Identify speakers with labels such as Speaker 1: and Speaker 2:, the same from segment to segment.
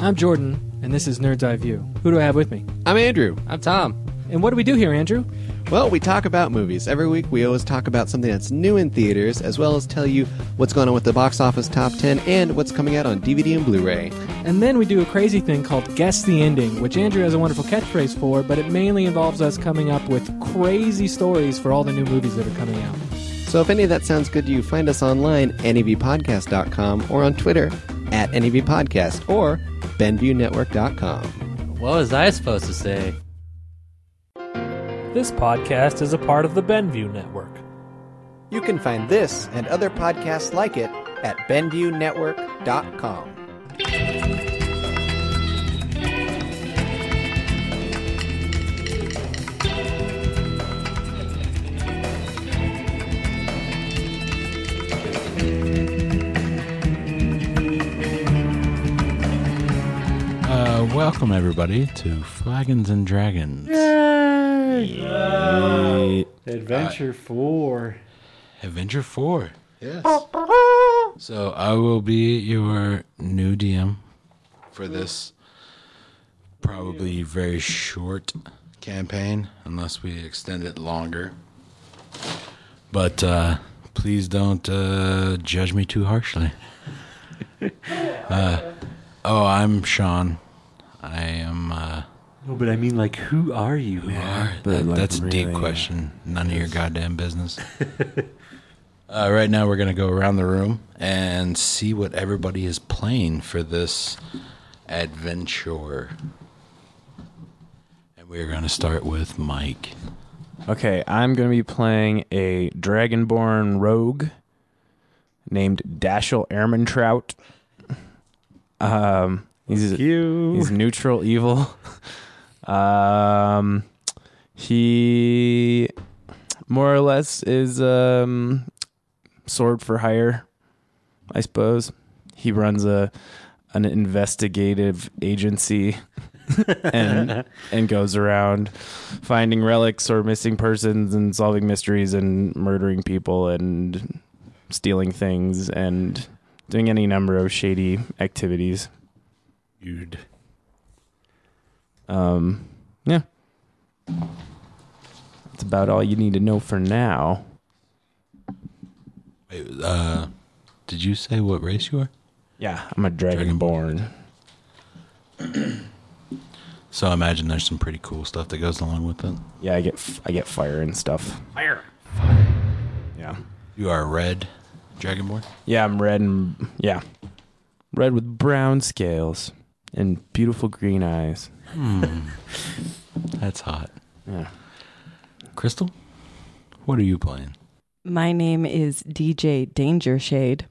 Speaker 1: I'm Jordan, and this is Nerd's Eye View. Who do I have with me?
Speaker 2: I'm Andrew.
Speaker 3: I'm Tom.
Speaker 1: And what do we do here, Andrew?
Speaker 2: Well, we talk about movies. Every week we always talk about something that's new in theaters, as well as tell you what's going on with the box office top 10 and what's coming out on DVD and Blu ray.
Speaker 1: And then we do a crazy thing called Guess the Ending, which Andrew has a wonderful catchphrase for, but it mainly involves us coming up with crazy stories for all the new movies that are coming out.
Speaker 2: So if any of that sounds good to you, find us online, E nevpodcast.com, or on Twitter, at nevpodcast, or benviewnetwork.com.
Speaker 3: What was I supposed to say?
Speaker 4: This podcast is a part of the Benview Network.
Speaker 2: You can find this and other podcasts like it at benviewnetwork.com.
Speaker 5: Uh, welcome everybody to Flagons and Dragons
Speaker 6: Adventure four.
Speaker 5: Adventure Four. Yes. So I will be your new DM for this probably very short campaign, unless we extend it longer. But uh, please don't uh, judge me too harshly. uh, oh, I'm Sean. I am. Uh,
Speaker 6: No, but I mean, like, who are you,
Speaker 5: All
Speaker 6: man?
Speaker 5: right, that- that's a deep question. None of your goddamn business. uh, right now, we're going to go around the room and see what everybody is playing for this adventure. And we're going to start with Mike.
Speaker 7: Okay, I'm going to be playing a dragonborn rogue named Dashiell Ehrmantraut. Um, he's he's neutral evil. um, he more or less is um sword for hire, I suppose. He runs a an investigative agency and and goes around finding relics or missing persons and solving mysteries and murdering people and stealing things and doing any number of shady activities.
Speaker 5: Dude.
Speaker 7: Um, yeah. That's about all you need to know for now.
Speaker 5: Wait, uh, did you say what race you are?
Speaker 7: Yeah, I'm a
Speaker 5: Dragonborn.
Speaker 7: dragonborn.
Speaker 5: So I imagine there's some pretty cool stuff that goes along with it.
Speaker 7: Yeah, I get f- I get fire and stuff. Fire. Yeah.
Speaker 5: You are a red dragonborn?
Speaker 7: Yeah, I'm red and yeah, red with brown scales and beautiful green eyes.
Speaker 5: That's hot.
Speaker 7: Yeah.
Speaker 5: Crystal, what are you playing?
Speaker 8: My name is DJ Danger Shade.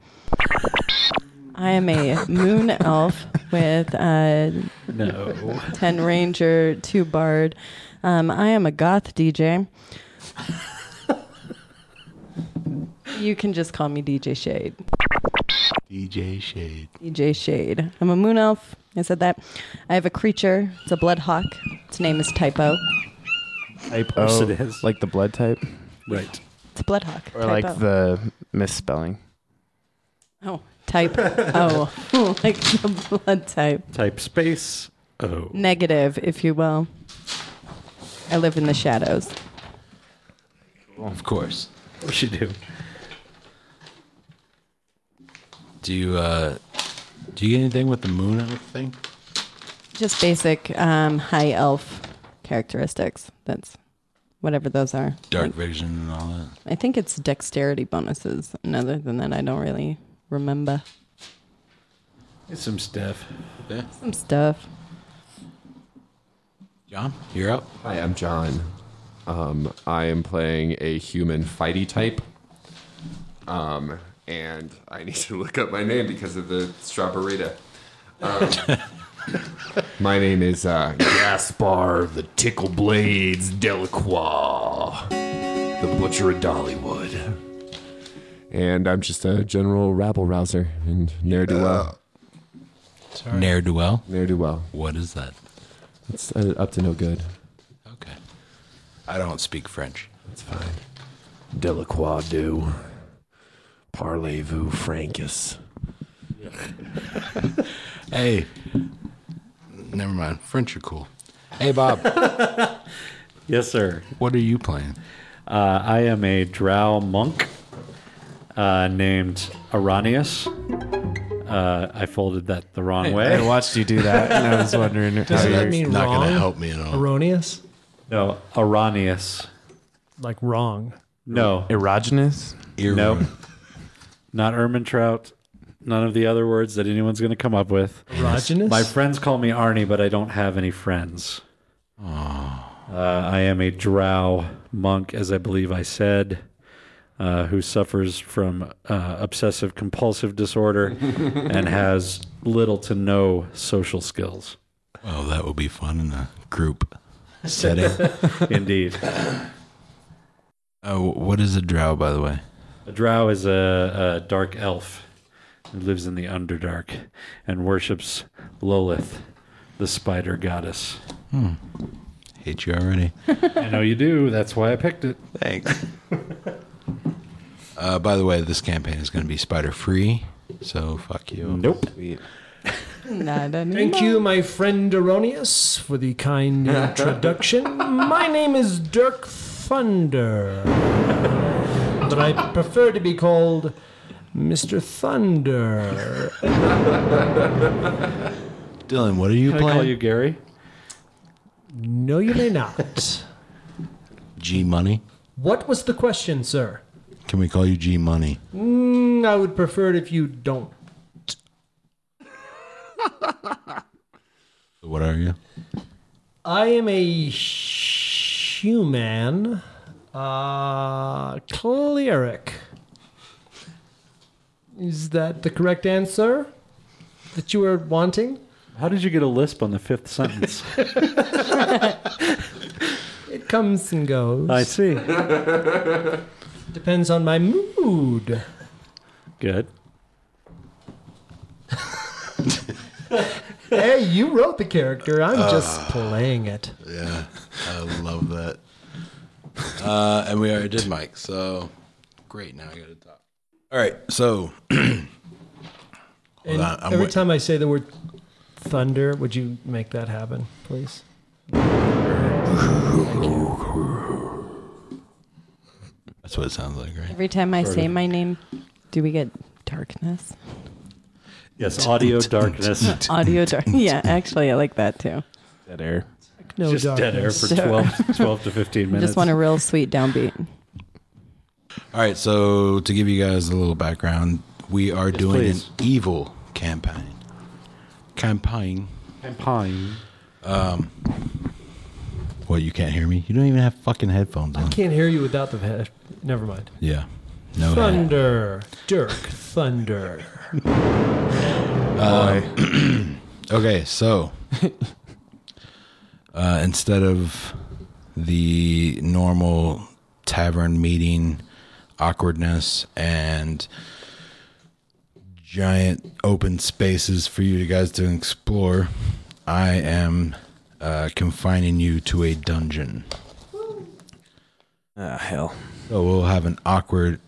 Speaker 8: I am a moon elf with uh,
Speaker 6: No.
Speaker 8: 10 ranger, 2 bard. Um, I am a goth DJ. you can just call me DJ Shade.
Speaker 5: DJ Shade.
Speaker 8: DJ Shade. I'm a moon elf. I said that. I have a creature. It's a blood hawk. Its name is Typo.
Speaker 6: I course it is.
Speaker 7: Oh, Like the blood type,
Speaker 6: right.
Speaker 8: It's a blood hawk.
Speaker 7: or like
Speaker 8: Typo.
Speaker 7: the misspelling.
Speaker 8: Oh, type. oh, like the blood type.
Speaker 6: Type space. Oh.
Speaker 8: negative, if you will. I live in the shadows.
Speaker 5: Of course.
Speaker 6: What you do?
Speaker 5: Do you uh do you get anything with the moon elf thing?
Speaker 8: Just basic um, high elf characteristics. That's whatever those are.
Speaker 5: Dark vision and all that.
Speaker 8: I think it's dexterity bonuses. And other than that, I don't really remember.
Speaker 6: It's some stuff.
Speaker 8: Some stuff.
Speaker 5: John, you're up.
Speaker 9: Hi, I'm John. Um, I am playing a human fighty type. Um, and I need to look up my name because of the strawberita. Um, my name is uh, Gaspar the Tickle Blades Delacroix, the Butcher of Dollywood. And I'm just a general rabble rouser and ne'er do well.
Speaker 5: Ne'er do well.
Speaker 9: Ne'er do well.
Speaker 5: What is that?
Speaker 9: It's uh, up to no good.
Speaker 5: Okay. I don't speak French.
Speaker 9: It's fine. Delacroix do. Parlez-vous, Francis.
Speaker 5: Hey, Never mind. French are cool. Hey, Bob,
Speaker 6: Yes, sir.
Speaker 5: what are you playing?
Speaker 6: Uh, I am a drow monk uh, named Aranius. Uh, I folded that the wrong way.
Speaker 7: I watched you do that, and I was wondering. how
Speaker 1: Does
Speaker 7: you're-
Speaker 1: that mean
Speaker 5: not
Speaker 1: wrong?
Speaker 5: gonna help me at all.
Speaker 1: Erroneous,
Speaker 6: No, Aranius.
Speaker 1: like wrong.
Speaker 6: No,
Speaker 7: erogenous?
Speaker 6: no,
Speaker 5: Earworm.
Speaker 6: not Ermintrout. None of the other words that anyone's going to come up with.
Speaker 1: Erogenous.
Speaker 6: My friends call me Arnie, but I don't have any friends. Uh, I am a drow monk, as I believe I said, uh, who suffers from uh, obsessive compulsive disorder and has little to no social skills.
Speaker 5: Oh, that would be fun in a group setting.
Speaker 6: Indeed.
Speaker 5: Oh, what is a drow, by the way?
Speaker 6: A drow is a, a dark elf who lives in the Underdark and worships Lolith, the spider goddess.
Speaker 5: Hate you already.
Speaker 6: I know you do. That's why I picked it.
Speaker 5: Thanks. uh, by the way, this campaign is going to be spider free, so fuck you.
Speaker 6: Nope.
Speaker 8: Not anymore.
Speaker 10: Thank you, my friend Erroneous, for the kind introduction. my name is Dirk Thunder, but I prefer to be called Mr. Thunder.
Speaker 5: Dylan, what are you
Speaker 6: Can I
Speaker 5: playing?
Speaker 6: call you Gary?
Speaker 10: No, you may not.
Speaker 5: G Money.
Speaker 10: What was the question, sir?
Speaker 5: Can we call you G Money?
Speaker 10: Mm, I would prefer it if you don't.
Speaker 5: What are you?
Speaker 10: I am a human uh, cleric. Is that the correct answer that you were wanting?
Speaker 6: How did you get a lisp on the fifth sentence?
Speaker 10: It comes and goes.
Speaker 6: I see.
Speaker 10: Depends on my mood.
Speaker 6: Good.
Speaker 10: hey, you wrote the character. I'm
Speaker 5: Uh,
Speaker 10: just playing it.
Speaker 5: Yeah, I love that. Uh, and we already did Mike, so great. Now I got to talk. All right, so
Speaker 10: And
Speaker 5: on, I'm
Speaker 10: every
Speaker 5: wait-
Speaker 10: time I say the word thunder, would you make that happen, please?
Speaker 5: that's what it sounds like, right?
Speaker 8: Every time I say my name, do we get darkness?
Speaker 6: Yes, audio darkness.
Speaker 8: Audio dark. Yeah, actually, I like that too.
Speaker 7: Dead air.
Speaker 10: No
Speaker 6: Just dead air for
Speaker 8: Sure.
Speaker 6: 12, 12 to 15
Speaker 8: I
Speaker 6: minutes.
Speaker 8: just want a real sweet downbeat.
Speaker 5: All right, so to give you guys a little background, we are doing
Speaker 6: please.
Speaker 5: an evil campaign. Campaign.
Speaker 6: Pine.
Speaker 5: Well, Um, you can't hear me. You don't even have fucking headphones on.
Speaker 10: Can't hear you without the head. Never mind.
Speaker 5: Yeah. No. head.
Speaker 10: Thunder, Dirk, thunder.
Speaker 5: Uh, Okay, so uh, instead of the normal tavern meeting awkwardness and giant open spaces for you guys to explore, I am uh, confining you to a dungeon.
Speaker 7: Ah, hell.
Speaker 5: So we'll have an awkward,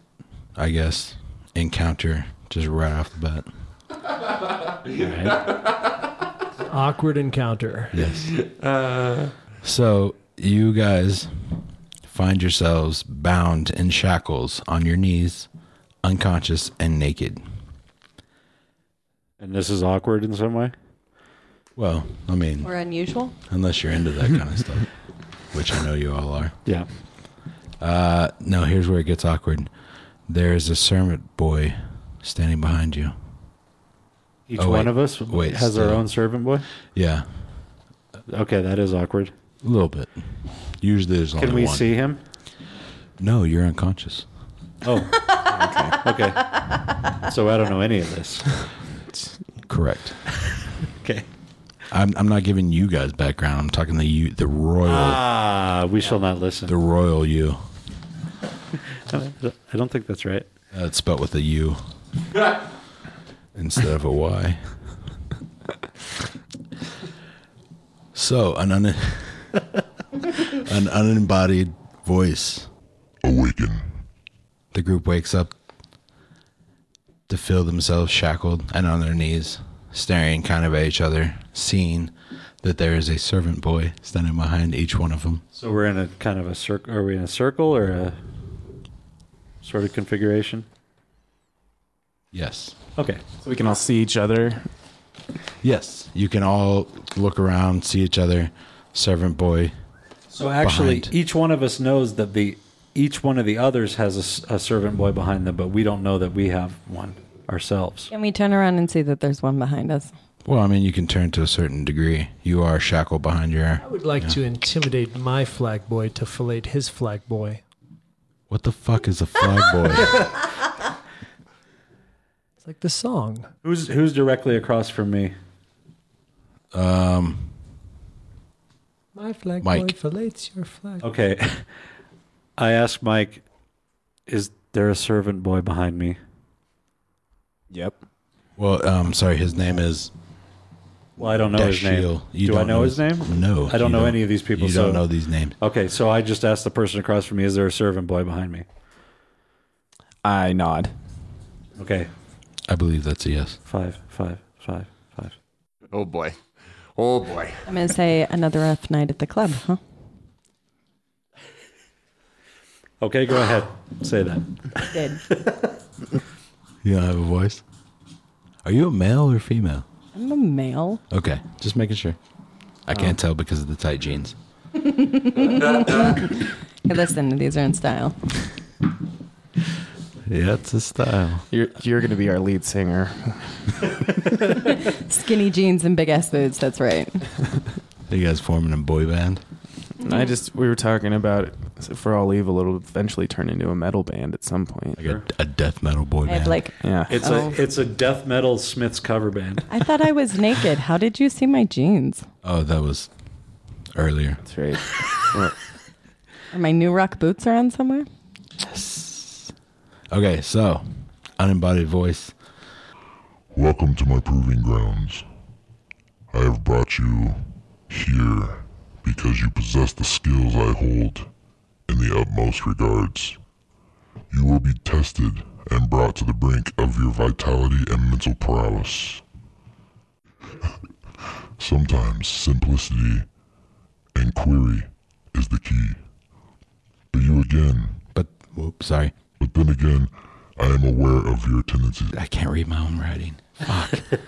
Speaker 5: I guess, encounter just right off the bat.
Speaker 10: Awkward encounter. Uh,
Speaker 5: Yes. so you guys find yourselves bound in shackles on your knees, unconscious and naked.
Speaker 6: And this is awkward in some way?
Speaker 5: Well, I mean,
Speaker 8: Or unusual.
Speaker 5: unless you're into that kind of stuff, which I know you all are.
Speaker 6: Yeah.
Speaker 5: Uh, no, here's where it gets awkward. There is a servant boy standing behind you.
Speaker 6: Each
Speaker 5: Oh,
Speaker 6: one
Speaker 5: wait.
Speaker 6: of us
Speaker 5: Wait,
Speaker 6: has our
Speaker 5: still.
Speaker 6: own servant boy?
Speaker 5: Yeah,
Speaker 6: Okay, that is awkward.
Speaker 5: a little bit. Usually there's only
Speaker 6: Can we
Speaker 5: one.
Speaker 6: see him?
Speaker 5: No, you're unconscious.
Speaker 6: Oh. okay. So I don't know any of this.
Speaker 5: Correct.
Speaker 6: Okay.
Speaker 5: I'm, I'm not giving you guys background. I'm talking the you, the royal,
Speaker 6: Ah, we shall not listen.
Speaker 5: the royal you.
Speaker 6: I don't think that's right.
Speaker 5: Uh, it's spelled with a U instead of a Y. so an un- an unembodied voice. Awaken. The group wakes up to feel themselves shackled and on their knees, staring kind of at each other, seeing that there is a servant boy standing behind each one of them.
Speaker 6: So we're in a kind of a circle. Are we in a circle or a sort of configuration?
Speaker 5: Yes.
Speaker 6: Okay.
Speaker 7: So we can all see each other.
Speaker 5: Yes. You can all look around, see each other. Servant boy.
Speaker 6: So actually,
Speaker 5: behind.
Speaker 6: each one of us knows that the each one of the others has a s- a, servant boy behind them, but we don't know that we have one ourselves.
Speaker 8: Can we turn around and see that there's one behind us?
Speaker 5: Well, I mean, you can turn to a certain degree. You are shackled behind your.
Speaker 10: I would like to intimidate my flag boy to fillet his flag boy.
Speaker 5: What the fuck is a flag boy?
Speaker 10: It's like the song.
Speaker 6: Who's who's directly across from me?
Speaker 5: Um,
Speaker 10: My flag
Speaker 5: Mike.
Speaker 10: boy fillets your flag.
Speaker 6: Okay. I asked Mike, "Is there a servant boy behind me?"
Speaker 7: Yep.
Speaker 5: well, um, sorry, his name is.
Speaker 6: Well, I don't know his name.
Speaker 5: Dashiel. You
Speaker 6: Do I
Speaker 5: don't
Speaker 6: know,
Speaker 5: know
Speaker 6: his
Speaker 5: his-
Speaker 6: name?
Speaker 5: No,
Speaker 6: I
Speaker 5: you
Speaker 6: don't know
Speaker 5: don't.
Speaker 6: any of these people.
Speaker 5: You
Speaker 6: so
Speaker 5: don't know these names.
Speaker 6: Okay, so I just asked the person across from me, "Is there a servant boy behind me?"
Speaker 7: I nod.
Speaker 6: Okay,
Speaker 5: I believe that's a yes.
Speaker 6: five, five, five, five.
Speaker 9: Oh boy. Oh boy.
Speaker 8: I'm going to say another rough night at the club, huh?
Speaker 6: Okay, go ahead, say that.
Speaker 8: Good.
Speaker 5: You don't have a voice. Are you a male or female?
Speaker 8: I'm a male.
Speaker 5: Okay, just making sure. I
Speaker 7: Oh.
Speaker 5: can't tell because of the tight jeans.
Speaker 8: Hey, listen, these are in style.
Speaker 5: Yeah, it's a style.
Speaker 7: You're you're gonna be our lead singer.
Speaker 8: Skinny jeans and big ass boots. That's right.
Speaker 5: Oh, Are you guys forming a boy band?
Speaker 7: I just we were talking about if we're all evil, it'll eventually turn into a metal band at some point.
Speaker 5: Like a, a death metal boy
Speaker 8: I have
Speaker 5: band.
Speaker 8: like.
Speaker 7: Yeah.
Speaker 6: It's
Speaker 8: Oh.
Speaker 6: a it's a death metal Smiths cover band.
Speaker 8: I thought I was naked. How did you see my jeans?
Speaker 5: oh, that was earlier.
Speaker 7: That's right.
Speaker 8: Are my new rock boots around somewhere?
Speaker 5: Okay, so unembodied voice.
Speaker 11: Welcome to my proving grounds. I have brought you here because you possess the skills I hold in the utmost regards. You will be tested and brought to the brink of your vitality and mental prowess. Sometimes simplicity and query is the key. But you again,
Speaker 5: But whoops, sorry,
Speaker 11: but then again, I am aware of your tendencies.
Speaker 5: I can't read my own writing.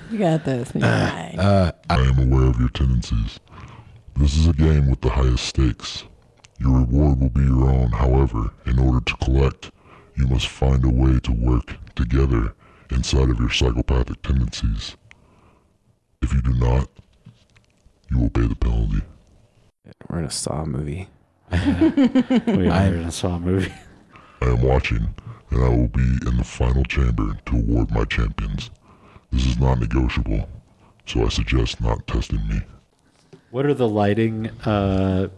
Speaker 8: You got this. You're
Speaker 5: Uh.
Speaker 8: right.
Speaker 11: I am aware of your tendencies. This is a game with the highest stakes. Your reward will be your own, however, in order to collect, you must find a way to work together inside of your psychopathic tendencies. If you do not, you will pay the penalty.
Speaker 7: We're in a Saw movie.
Speaker 6: We are
Speaker 5: I'm-
Speaker 6: in a Saw movie.
Speaker 11: I am watching, and I will be in the final chamber to award my champions. This is not negotiable, so I suggest not testing me.
Speaker 6: What are the lighting uh,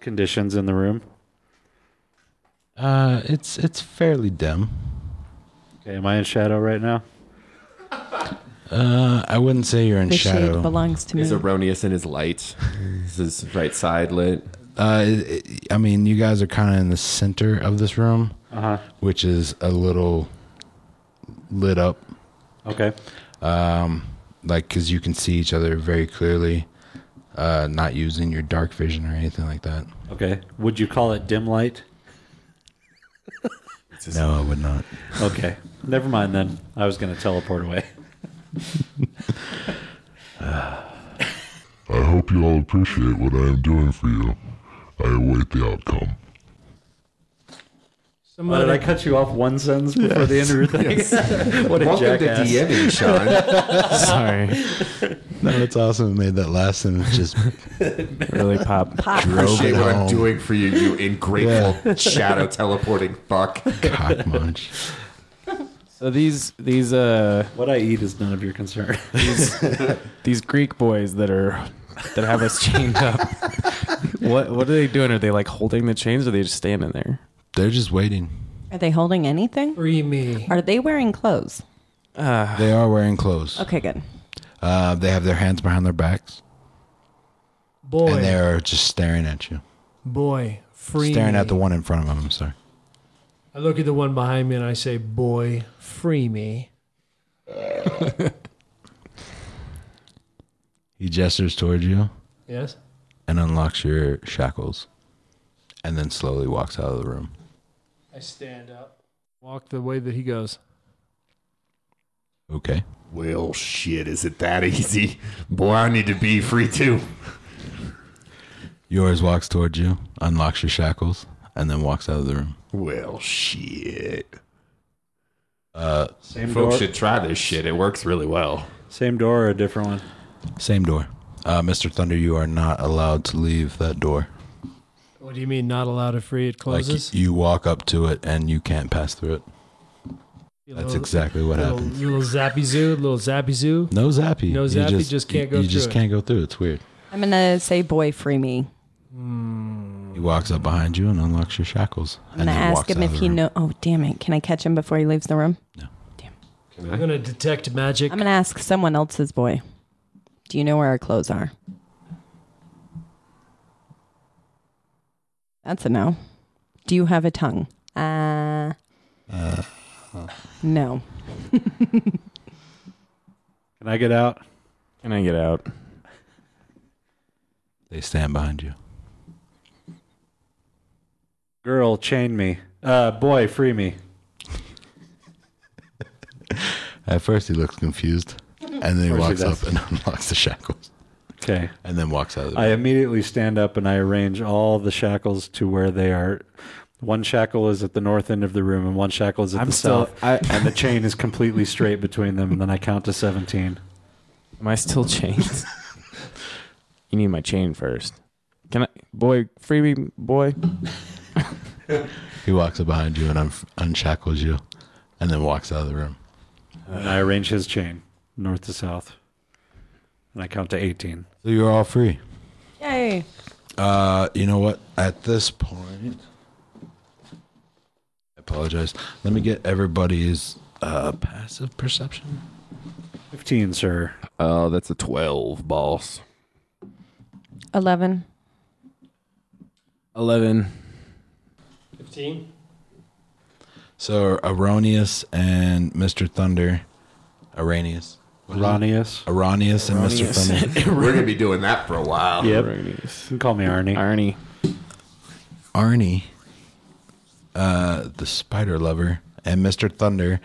Speaker 6: conditions in the room?
Speaker 5: Uh, it's it's fairly dim.
Speaker 6: Okay, am I in shadow right now?
Speaker 5: Uh, I wouldn't say you're in
Speaker 8: The shade
Speaker 5: shadow.
Speaker 8: belongs to me.
Speaker 9: He's erroneous in his light. This is right side lit.
Speaker 5: Uh, it- it- I mean, you guys are kind of in the center of this room,
Speaker 6: Uh huh.
Speaker 5: which is a little lit up
Speaker 6: Okay.
Speaker 5: um, like because you can see each other very clearly, uh, not using your dark vision or anything like that.
Speaker 6: Okay. Would you call it dim light?
Speaker 5: No, I would not.
Speaker 6: Okay. Never mind then. I was going to teleport away.
Speaker 11: I hope you all appreciate what I am doing for you. I await the outcome.
Speaker 6: Why did I cut you off one sentence before the end of your thing? what a
Speaker 9: Welcome
Speaker 6: jackass.
Speaker 9: to DMing, Sean.
Speaker 7: Sorry.
Speaker 5: No, it's awesome. It made that last sentence just
Speaker 7: Really pop.
Speaker 5: drove
Speaker 9: Appreciate
Speaker 5: it
Speaker 9: what I'm
Speaker 5: home.
Speaker 9: doing for you, you ingrateful shadow teleporting fuck.
Speaker 5: Cock munch.
Speaker 7: So these these uh
Speaker 6: What I eat is none of your concern.
Speaker 7: these Greek boys that are that have us chained up. what what are they doing? Are they like holding the chains or are they just standing there?
Speaker 5: They're just waiting.
Speaker 8: Are they holding anything?
Speaker 10: Free me.
Speaker 8: Are they wearing clothes?
Speaker 5: They are wearing clothes.
Speaker 8: Okay, good.
Speaker 5: Uh, they have their hands behind their backs, and they
Speaker 10: Boy,
Speaker 5: are just staring at you,
Speaker 10: boy, free
Speaker 5: staring
Speaker 10: me.
Speaker 5: at the one in front of them. I'm sorry.
Speaker 10: I look at the one behind me and I say, boy, free me.
Speaker 5: He gestures towards you
Speaker 10: Yes.
Speaker 5: and unlocks your shackles and then slowly walks out of the room.
Speaker 10: I stand up. Walk the way that he goes.
Speaker 5: Okay.
Speaker 9: Well, shit, is it that easy? Boy, I need to be free too.
Speaker 5: Yours walks towards you, unlocks your shackles, and then walks out of the room.
Speaker 9: Well, shit.
Speaker 5: Uh,
Speaker 6: Same
Speaker 9: Folks
Speaker 6: door.
Speaker 9: should try this shit. It works really well.
Speaker 6: Same door or a different one?
Speaker 5: Same door. Uh, Mr. Thunder, you are not allowed to leave that door.
Speaker 10: What do you mean, not allowed to free? It
Speaker 5: Like,
Speaker 10: closes?
Speaker 5: you walk up to it and you can't pass through it. That's exactly what
Speaker 10: little,
Speaker 5: happened.
Speaker 10: Little zappy zoo, little zappy zoo.
Speaker 5: No zappy.
Speaker 10: No
Speaker 5: You
Speaker 10: zappy, just can't
Speaker 5: you,
Speaker 10: go
Speaker 5: You just
Speaker 10: through it.
Speaker 5: can't go through. It's weird.
Speaker 8: I'm gonna say, "Boy, free me."
Speaker 5: He walks up behind you and unlocks your shackles.
Speaker 8: I'm gonna
Speaker 5: and then
Speaker 8: ask
Speaker 5: walks
Speaker 8: him
Speaker 5: out
Speaker 8: if
Speaker 5: of the
Speaker 8: he
Speaker 5: room.
Speaker 8: know. Oh, damn it! Can I catch him before he leaves the room?
Speaker 10: I'm going to detect magic.
Speaker 8: I'm gonna ask someone else's boy. Do you know where our clothes are? That's a no. Do you have a tongue? Uh, no.
Speaker 6: Can I get out?
Speaker 7: Can I get out?
Speaker 5: They stand behind you.
Speaker 6: Girl, chain me. Uh, boy, free me.
Speaker 5: At first, he looks confused, and then he
Speaker 6: Of course
Speaker 5: walks
Speaker 6: he
Speaker 5: up
Speaker 6: does.
Speaker 5: and unlocks the shackles,
Speaker 6: Okay.
Speaker 5: and then walks out of the
Speaker 6: I
Speaker 5: room.
Speaker 6: immediately stand up and I arrange all the shackles to where they are. One shackle is at the north end of the room, and one shackle is at
Speaker 7: I'm
Speaker 6: the
Speaker 7: still-
Speaker 6: south.
Speaker 7: I-
Speaker 6: and the chain is completely straight between them. And then I count to seventeen.
Speaker 7: Am I still chained? you need my chain first. Can I, boy, free me, boy?
Speaker 5: He walks up behind you and un- unshackles you, and then walks out of the room.
Speaker 6: And I arrange his chain north to south. And I count to eighteen.
Speaker 5: So you're all free.
Speaker 8: Yay!
Speaker 5: Uh, you know what? At this point, I apologize. Let me get everybody's uh, passive perception.
Speaker 6: Fifteen, sir.
Speaker 9: Oh, that's a 12, boss.
Speaker 8: Eleven.
Speaker 7: 11.
Speaker 10: 15.
Speaker 5: So Erroneous and Mr. Thunder, Arrhenius.
Speaker 6: Ronius.
Speaker 5: Erroneous and Mr. Thunder.
Speaker 9: We're going to be doing that for a while.
Speaker 6: Yep.
Speaker 7: Arrhenius.
Speaker 6: You can call me Arnie.
Speaker 7: Arnie.
Speaker 5: Arnie, uh, the spider lover, and Mr. Thunder,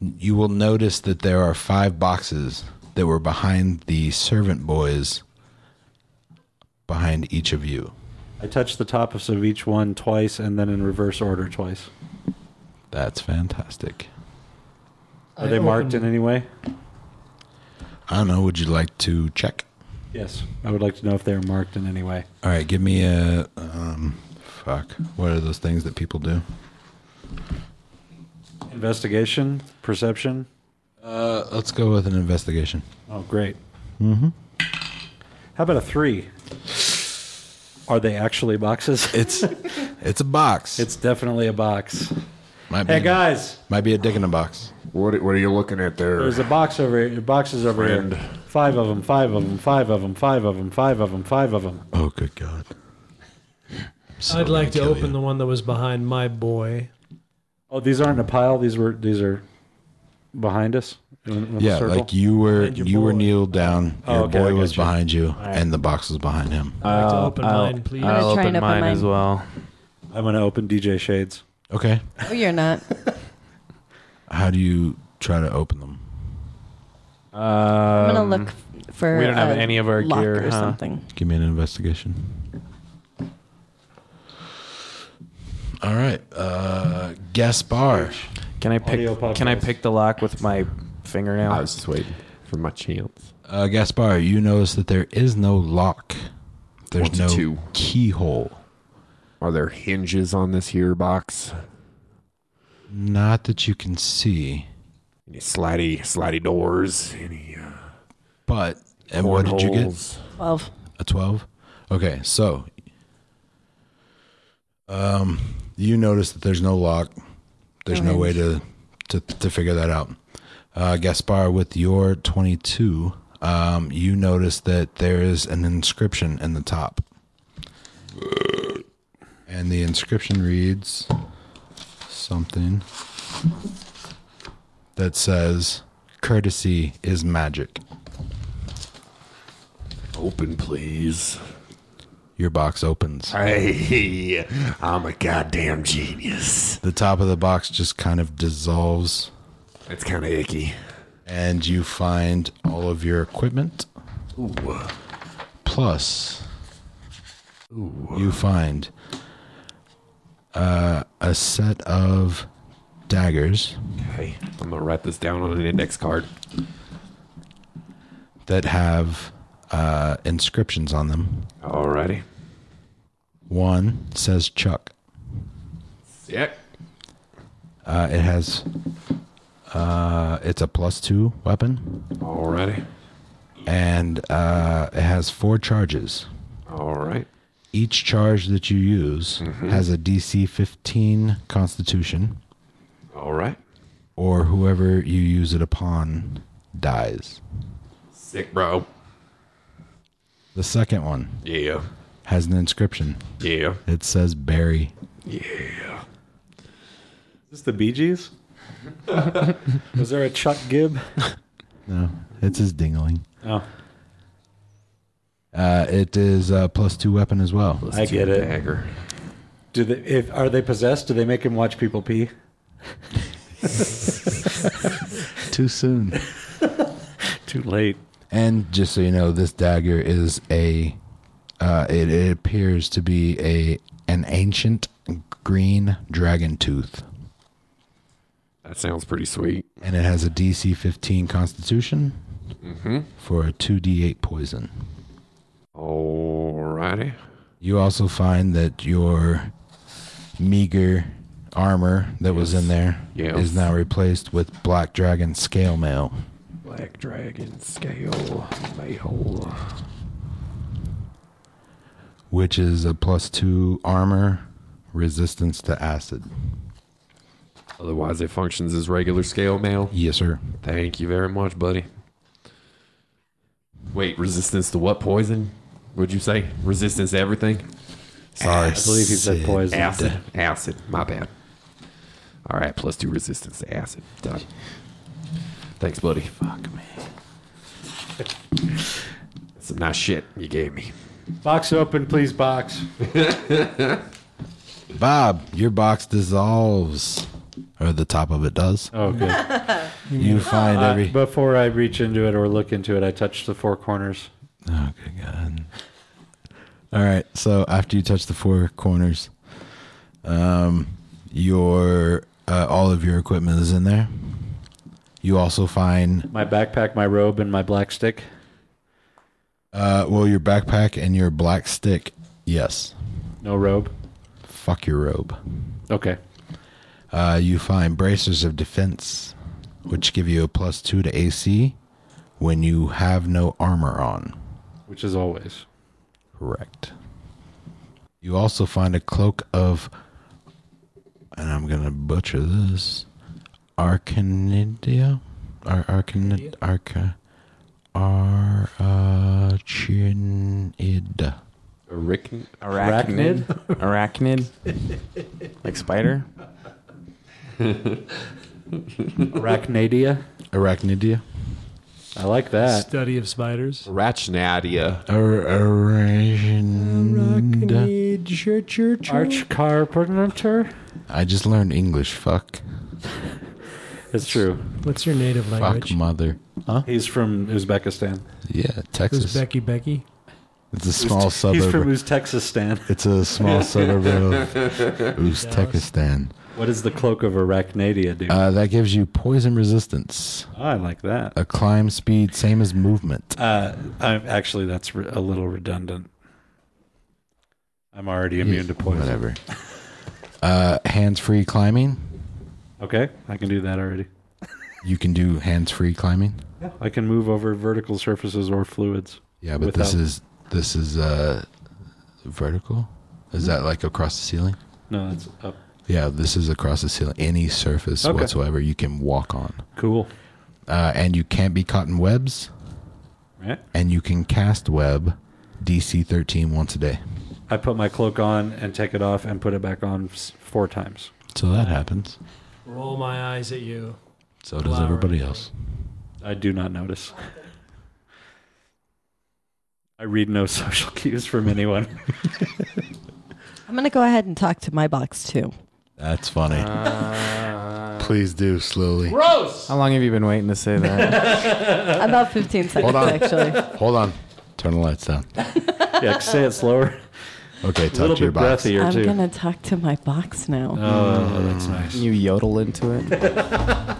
Speaker 5: you will notice that there are five boxes that were behind the servant boys behind each of you.
Speaker 6: I touch the tops of each one twice and then in reverse order twice.
Speaker 5: That's fantastic.
Speaker 6: Are
Speaker 10: I
Speaker 6: they marked in
Speaker 10: open-
Speaker 6: any way?
Speaker 5: I don't know. Would you like to check?
Speaker 6: Yes. I would like to know if they are marked in any way.
Speaker 5: All right, give me a. Um, fuck. What are those things that people do?
Speaker 6: Investigation, perception.
Speaker 5: Uh, let's go with an investigation.
Speaker 6: Oh, great. Mm-hmm. How about a three? Are they actually boxes?
Speaker 5: It's it's a box.
Speaker 6: It's definitely a box.
Speaker 5: might be
Speaker 6: Hey
Speaker 5: in-
Speaker 6: guys,
Speaker 5: might be a dick in a box.
Speaker 9: What, are- what are you looking at there?
Speaker 6: there's a box over here. Boxes over here. Five of them. Five of them. Five of them. Five of them. Five of them. Five of them.
Speaker 5: Oh, good God. I'm so
Speaker 10: I'd like to
Speaker 5: gonna kill
Speaker 10: open
Speaker 5: you.
Speaker 10: the one that was behind my boy.
Speaker 6: Oh, these aren't in a pile. These were. These are behind us. in- in a
Speaker 5: Yeah,
Speaker 6: circle?
Speaker 5: like you were
Speaker 10: And your
Speaker 5: you were
Speaker 10: boy.
Speaker 5: kneeled down.
Speaker 6: Oh,
Speaker 5: your
Speaker 6: okay, I
Speaker 5: boy was
Speaker 6: gotcha.
Speaker 5: behind you, and the box was behind him.
Speaker 10: I'd like to open mine, please.
Speaker 8: I'm
Speaker 7: Uh, I'll
Speaker 8: gonna try
Speaker 7: open
Speaker 8: and open
Speaker 7: mine
Speaker 8: mine.
Speaker 7: as well.
Speaker 6: I'm gonna open DJ Shades.
Speaker 5: Okay,
Speaker 8: Oh, you're not.
Speaker 5: how do you try to open them?
Speaker 8: I'm gonna look f- for.
Speaker 7: Um, we don't have
Speaker 8: a
Speaker 7: any of our
Speaker 8: lock
Speaker 7: gear,
Speaker 8: or
Speaker 7: huh?
Speaker 8: something.
Speaker 5: Give me an investigation. All right, uh, Gaspar.
Speaker 7: Can I
Speaker 6: Audio
Speaker 7: pick? Can I
Speaker 6: podcast.
Speaker 7: pick the lock with my fingernail?
Speaker 9: I was just waiting for my chance.
Speaker 5: Uh, Gaspar, you notice that there is no lock. There's
Speaker 9: What's
Speaker 5: no
Speaker 9: a two?
Speaker 5: keyhole.
Speaker 9: Are there hinges on this here box?
Speaker 5: Not that you can see,
Speaker 9: Any slidey, slidey doors? Any uh,
Speaker 5: but and what did you get?
Speaker 9: portholes?
Speaker 8: Twelve.
Speaker 5: A 12? Okay, so um you notice that there's no lock. There's no way to to to figure that out. Uh Gaspar with your 22, um you notice that there is an inscription in the top. And the inscription reads something that says courtesy is magic.
Speaker 9: open, please.
Speaker 5: Your box opens.
Speaker 9: Hey, I'm a goddamn genius.
Speaker 5: The top of the box just kind of dissolves.
Speaker 9: It's kind of icky.
Speaker 5: And you find all of your equipment.
Speaker 9: Ooh.
Speaker 5: Plus, you find uh, a set of daggers.
Speaker 9: Okay, I'm gonna write this down on an index card.
Speaker 5: That have uh, inscriptions on them.
Speaker 9: Alrighty.
Speaker 5: One says Chuck.
Speaker 9: Sick.
Speaker 5: Uh, it has. Uh, it's a plus two weapon.
Speaker 9: Alrighty.
Speaker 5: And uh, it has four charges.
Speaker 9: All right.
Speaker 5: Each charge that you use has a DC 15 Constitution,
Speaker 9: All right.
Speaker 5: or whoever you use it upon dies.
Speaker 9: Sick, bro.
Speaker 5: The second one
Speaker 9: Yeah.
Speaker 5: has an inscription.
Speaker 9: Yeah.
Speaker 5: It says Barry.
Speaker 9: Yeah.
Speaker 6: Is this the Bee Gees? Was there a Chuck Gibb?
Speaker 5: No, it's his dingling.
Speaker 6: Oh,
Speaker 5: Uh, it is a plus two weapon as well.
Speaker 6: I get it. Do they? If are they possessed? Do they make him watch people pee?
Speaker 5: Too soon.
Speaker 6: Too late.
Speaker 5: And just so you know, this dagger is a. Uh, it, it appears to be a an ancient green dragon tooth,
Speaker 9: That sounds pretty sweet.
Speaker 5: and it has a DC 15 Constitution
Speaker 9: Mhm.
Speaker 5: for a 2d8 poison.
Speaker 9: All righty.
Speaker 5: You also find that your meager armor that was in there is
Speaker 9: Yes.
Speaker 5: now replaced with black dragon scale mail.
Speaker 9: Black dragon scale mail.
Speaker 5: which is a plus two armor, resistance to acid.
Speaker 9: Otherwise, it functions as regular scale mail.
Speaker 5: Yes, sir.
Speaker 9: Thank you very much, buddy. Wait, resistance to what poison? Would you say resistance to everything? Sorry,
Speaker 6: I believe he said poison.
Speaker 9: Acid. Acid. My bad. All right, plus two resistance to acid. Done. Thanks, buddy. Fuck me. Some nice shit you gave me.
Speaker 6: Box open, please. Box.
Speaker 5: Bob, your box dissolves, or the top of it does.
Speaker 6: Okay.
Speaker 5: You find every.
Speaker 6: Uh, before I reach into it or look into it, I touch the four corners.
Speaker 5: Oh, good God. All right. So after you touch the four corners, um, your uh, all of your equipment is in there. You also find
Speaker 6: My backpack, my robe, and my black stick.
Speaker 5: uh, well your backpack and your black stick. Yes.
Speaker 6: No robe.
Speaker 5: Fuck your robe.
Speaker 6: Okay.
Speaker 5: Uh, you find bracers of defense, which give you a plus two to AC when you have no armor on.
Speaker 6: Which is always.
Speaker 5: Correct. You also find a cloak of, and I'm gonna butcher this, Arcanidia, Ar- Arcanid, Arca, Arachnid.
Speaker 9: Arachnid.
Speaker 7: Arachnid? Arachnid? like spider?
Speaker 6: Arachnadia.
Speaker 5: Arachnidia.
Speaker 6: I like that.
Speaker 10: Study of spiders.
Speaker 9: Rachnadia.
Speaker 5: Ar- Arachnid.
Speaker 6: Arch carpenter.
Speaker 5: I just learned English. Fuck.
Speaker 6: It's true.
Speaker 10: What's your native
Speaker 5: Fuck
Speaker 10: language?
Speaker 5: mother.
Speaker 6: He's from Uzbekistan.
Speaker 5: Yeah,
Speaker 10: Who's
Speaker 5: Texas.
Speaker 10: Becky Becky?
Speaker 5: It's a small
Speaker 6: He's
Speaker 5: suburb.
Speaker 6: from Uzbekistan.
Speaker 5: It's a small suburb of Uzbekistan.
Speaker 6: What is the cloak of Arachnadia do?
Speaker 5: Uh, that gives you poison resistance,
Speaker 6: I like that.
Speaker 5: a climb speed, same as movement.
Speaker 6: Uh, I'm, actually, that's re- a little redundant. I'm already immune to poison.
Speaker 5: Whatever. Uh, hands free climbing.
Speaker 6: Okay, I can do that already.
Speaker 5: You can do hands free climbing.
Speaker 6: I can move over vertical surfaces or fluids.
Speaker 5: Yeah, but this
Speaker 6: Without-
Speaker 5: is this is uh, vertical. Is that like across the ceiling?
Speaker 6: No, that's up.
Speaker 5: Yeah, this is across the ceiling. Any surface
Speaker 6: Okay.
Speaker 5: whatsoever you can walk on,
Speaker 6: Cool.
Speaker 5: uh, and you can't be caught in webs.
Speaker 6: Right?
Speaker 5: And you can cast web, DC thirteen once a day.
Speaker 6: I put my cloak on and take it off and put it back on s- four times.
Speaker 5: So that happens.
Speaker 10: Roll my eyes at you.
Speaker 5: So does
Speaker 10: Flower.
Speaker 5: everybody else.
Speaker 6: I do not notice. I read no social cues from anyone.
Speaker 8: I'm going to go ahead and talk to my box too.
Speaker 5: That's funny.
Speaker 7: Please do slowly.
Speaker 8: Gross!
Speaker 7: Uh, How long have you been waiting to say that?
Speaker 8: About 15 seconds,
Speaker 7: Hold on.
Speaker 8: actually.
Speaker 5: Hold on. Turn the lights down.
Speaker 6: yeah, say it slower.
Speaker 5: Okay,
Speaker 6: talk Little to your bit box. breathier,
Speaker 8: I'm
Speaker 6: too.
Speaker 8: going to talk to my box now.
Speaker 6: Oh, that's
Speaker 8: Mm.
Speaker 6: nice.
Speaker 7: You yodel into it.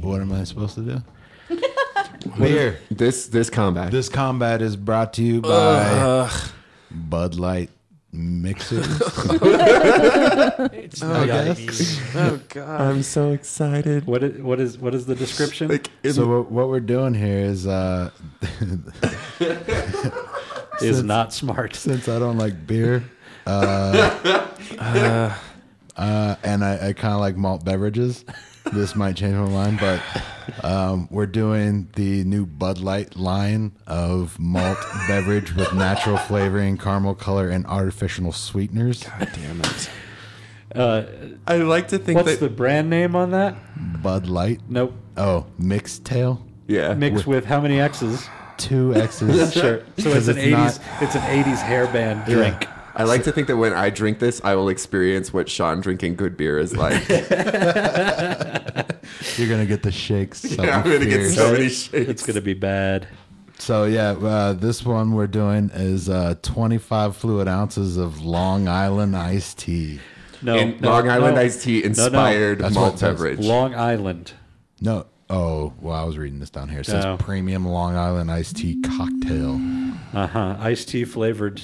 Speaker 5: What am I supposed to do?
Speaker 9: Beer. This this combat.
Speaker 5: This combat is brought to you by
Speaker 9: Ugh.
Speaker 5: Bud Light mixes.
Speaker 6: It's
Speaker 5: Oh,
Speaker 6: nice. Oh,
Speaker 5: yes.
Speaker 7: I'm so excited.
Speaker 6: What is what is what is the description?
Speaker 5: so what, what we're doing here is uh,
Speaker 6: is not smart.
Speaker 5: Since I don't like beer, uh, uh, uh, and I, I kind of like malt beverages, this might change my mind. But um, we're doing the new Bud Light line of malt beverage with natural flavoring, caramel color, and artificial sweeteners. God
Speaker 7: damn it!
Speaker 6: Uh,
Speaker 7: I like to think
Speaker 6: What's
Speaker 7: that-
Speaker 6: the brand name on that?
Speaker 5: Bud Light.
Speaker 6: Nope.
Speaker 5: Oh, mixed tail.
Speaker 9: Yeah.
Speaker 6: Mixed with, how many X's?
Speaker 5: Two X's.
Speaker 6: sure. So it's
Speaker 5: 'Cause
Speaker 6: an
Speaker 5: it's not-
Speaker 6: eighties. It's an eighties hairband drink.
Speaker 9: I like to think that when I drink this, I will experience what Sean drinking good beer is like.
Speaker 5: You're gonna get the shakes.
Speaker 9: Yeah, I'm gonna get
Speaker 5: Fierce.
Speaker 9: so many
Speaker 6: It's, it's gonna be bad.
Speaker 5: So yeah, uh, this one we're doing is uh, 25 fluid ounces of Long Island iced tea.
Speaker 6: No,
Speaker 9: And
Speaker 6: no,
Speaker 9: Long Island
Speaker 6: no.
Speaker 9: iced tea
Speaker 6: No, no.
Speaker 9: inspired
Speaker 5: That's what
Speaker 9: malt
Speaker 5: it says.
Speaker 9: beverage.
Speaker 6: Long Island.
Speaker 5: No, oh well, I was reading this down here. It says
Speaker 6: Oh.
Speaker 5: premium Long Island iced tea cocktail.
Speaker 6: Uh huh. Iced tea flavored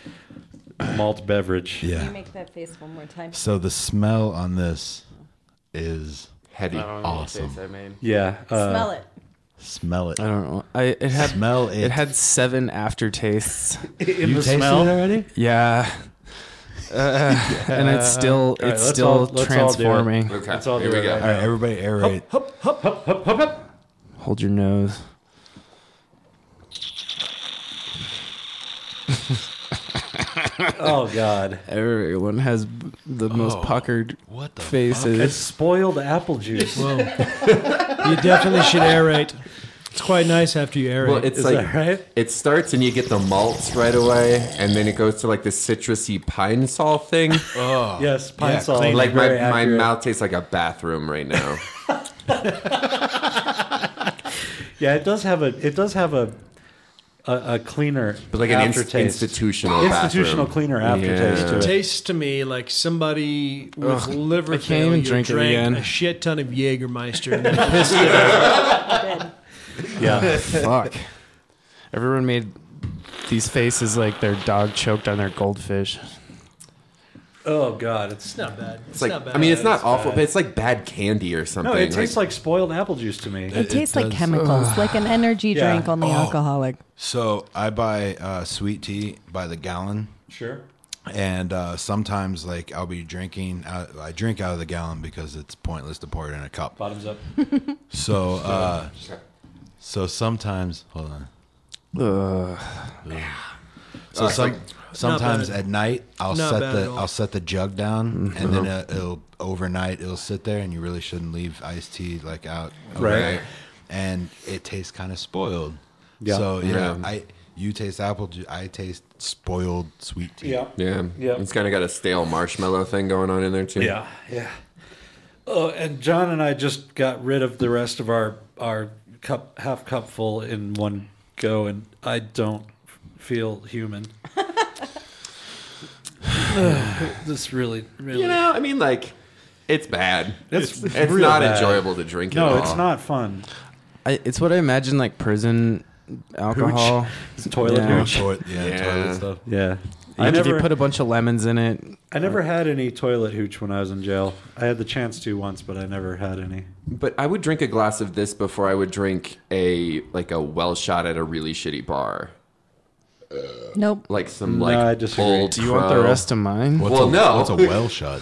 Speaker 6: malt beverage.
Speaker 5: Yeah.
Speaker 8: make that face one more time?
Speaker 5: So the smell on this is
Speaker 9: heady,
Speaker 7: I don't know what
Speaker 5: awesome.
Speaker 7: face I made.
Speaker 6: Yeah. uh,
Speaker 8: Smell it.
Speaker 5: Smell it.
Speaker 7: I don't know. I it had
Speaker 5: smell it.
Speaker 7: it had seven aftertastes.
Speaker 6: In
Speaker 5: You
Speaker 6: the
Speaker 5: tasted
Speaker 6: smell
Speaker 5: it already?
Speaker 7: Yeah. Uh, and it's still
Speaker 6: All right,
Speaker 7: it's
Speaker 6: let's
Speaker 7: still
Speaker 6: all- let's all do it.
Speaker 7: transforming.
Speaker 9: Okay,
Speaker 6: Let's all
Speaker 9: here
Speaker 6: do
Speaker 9: we
Speaker 6: it
Speaker 9: go.
Speaker 6: right
Speaker 5: All right, everybody aerate.
Speaker 7: Hold your nose.
Speaker 6: Oh God!
Speaker 7: Everyone has b- the most puckered
Speaker 5: Oh. what the
Speaker 6: It's
Speaker 7: faces.
Speaker 6: spoiled apple juice.
Speaker 10: You definitely should aerate. It's quite nice after you aerate.
Speaker 9: Well, it's
Speaker 6: Is
Speaker 9: like
Speaker 6: that right?
Speaker 9: it starts and you get the malts right away, and then it goes to like the citrusy pine sol thing.
Speaker 6: Oh. Yes, pine
Speaker 5: Yeah,
Speaker 6: salt.
Speaker 5: clean.
Speaker 9: like my,
Speaker 6: Very
Speaker 9: my
Speaker 6: accurate.
Speaker 9: mouth tastes like a bathroom right now.
Speaker 6: Yeah, it does have a. It does have a. A, a cleaner,
Speaker 9: But like an ins-
Speaker 6: aftertaste.
Speaker 9: institutional
Speaker 6: institutional
Speaker 9: bathroom.
Speaker 6: cleaner aftertaste
Speaker 9: Yeah.
Speaker 6: to it.
Speaker 10: tastes to me like somebody with liver
Speaker 7: I can't even
Speaker 10: failure
Speaker 7: drink it
Speaker 10: drank
Speaker 7: again.
Speaker 10: a shit ton of Jägermeister and then pissed it out.
Speaker 6: Yeah,
Speaker 7: Fuck. Everyone made these faces like their dog choked on their goldfish.
Speaker 6: Oh god, it's
Speaker 10: Not bad.
Speaker 9: It's like I mean, it's not awful, but it's like bad candy or something.
Speaker 6: no. It tastes like, spoiled apple juice to me.
Speaker 8: It, tastes like
Speaker 5: does.
Speaker 8: chemicals, like an energy
Speaker 6: Yeah.
Speaker 8: drink, only
Speaker 5: Oh.
Speaker 8: alcoholic.
Speaker 5: So I buy uh, sweet tea by the gallon.
Speaker 6: sure.
Speaker 5: and uh, sometimes like I'll be drinking. Out, I drink out of the gallon because it's pointless to pour it in a cup.
Speaker 6: Bottoms up.
Speaker 5: So, uh, so sometimes hold on.
Speaker 7: Ugh.
Speaker 5: So some sometimes
Speaker 10: bad.
Speaker 5: at night I'll
Speaker 10: Not
Speaker 5: set
Speaker 10: bad at
Speaker 5: the
Speaker 10: all.
Speaker 5: I'll set the jug down, and then it, it'll overnight it'll sit there, and you really shouldn't leave iced tea like out. overnight.
Speaker 9: Right.
Speaker 5: And it tastes kind of spoiled.
Speaker 6: Yeah.
Speaker 5: So you know
Speaker 9: Yeah.
Speaker 5: I. You taste apple juice. I taste spoiled sweet tea.
Speaker 6: Yeah.
Speaker 9: yeah,
Speaker 6: Yeah.
Speaker 9: It's kind of got a stale marshmallow thing going on in there too.
Speaker 6: Yeah, yeah. Oh, and John and I just got rid of the rest of our our cup half cup full in one go, and I don't feel human. this really, really.
Speaker 9: You know, I mean, like it's bad.
Speaker 6: It's
Speaker 9: It's, it's,
Speaker 6: real
Speaker 9: not
Speaker 6: bad.
Speaker 9: enjoyable to drink. at
Speaker 6: no,
Speaker 9: all.
Speaker 6: it's not fun.
Speaker 7: I, it's what I imagine like prison alcohol.
Speaker 6: It's toilet
Speaker 7: Yeah.
Speaker 6: hooch.
Speaker 5: Toilet- yeah,
Speaker 9: Yeah.
Speaker 5: toilet stuff.
Speaker 6: Yeah.
Speaker 7: Even
Speaker 6: I
Speaker 7: if
Speaker 6: never,
Speaker 7: you put a bunch of lemons in it,
Speaker 6: I never had any toilet hooch when I was in jail. I had the chance to once, but I never had any.
Speaker 9: But I would drink a glass of this before I would drink a like a well shot at a really shitty bar,
Speaker 8: Nope.
Speaker 9: like some
Speaker 6: No,
Speaker 9: like
Speaker 6: I disagree.
Speaker 9: Old
Speaker 7: do you want the
Speaker 9: Crow.
Speaker 7: rest of mine?
Speaker 5: What's
Speaker 9: Well,
Speaker 5: a,
Speaker 9: no.
Speaker 5: What's a well shot?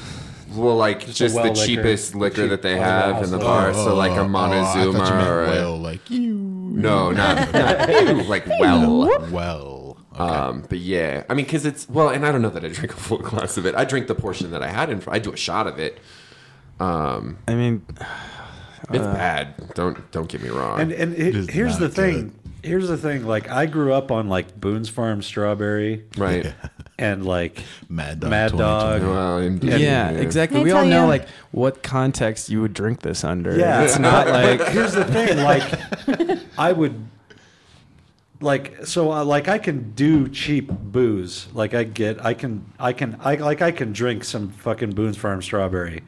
Speaker 9: Well, like just,
Speaker 6: a well
Speaker 9: the
Speaker 6: liquor.
Speaker 9: cheapest liquor that they
Speaker 6: Cheap-
Speaker 9: have in the
Speaker 6: Oh,
Speaker 9: bar.
Speaker 5: Oh,
Speaker 9: so like a
Speaker 5: oh, I
Speaker 9: Montezuma
Speaker 5: thought you meant
Speaker 9: or a,
Speaker 5: well, like you.
Speaker 9: no, not, not like well.
Speaker 5: Well.
Speaker 9: Um, but yeah, I mean, because it's well, and I don't know that I drink a full glass of it. I drink the portion that I had in. fr- I do a shot of it. Um,
Speaker 7: I mean,
Speaker 9: it's
Speaker 6: uh,
Speaker 9: bad. Don't don't get me wrong.
Speaker 6: And and it, here's the thing. Here's the thing. Like I grew up on like Boone's Farm strawberry,
Speaker 9: right?
Speaker 6: And like Mad
Speaker 7: Dog
Speaker 6: Mad Dog.
Speaker 7: 2020. yeah, exactly.
Speaker 6: Can I
Speaker 7: We all
Speaker 6: tell
Speaker 7: know
Speaker 6: you-
Speaker 7: like what context you would drink this under.
Speaker 6: Yeah.
Speaker 7: it's not like
Speaker 6: Here's the thing, like I would like so uh, like I can do cheap booze. Like I get I can I can I like I can drink some fucking Boone's Farm strawberry.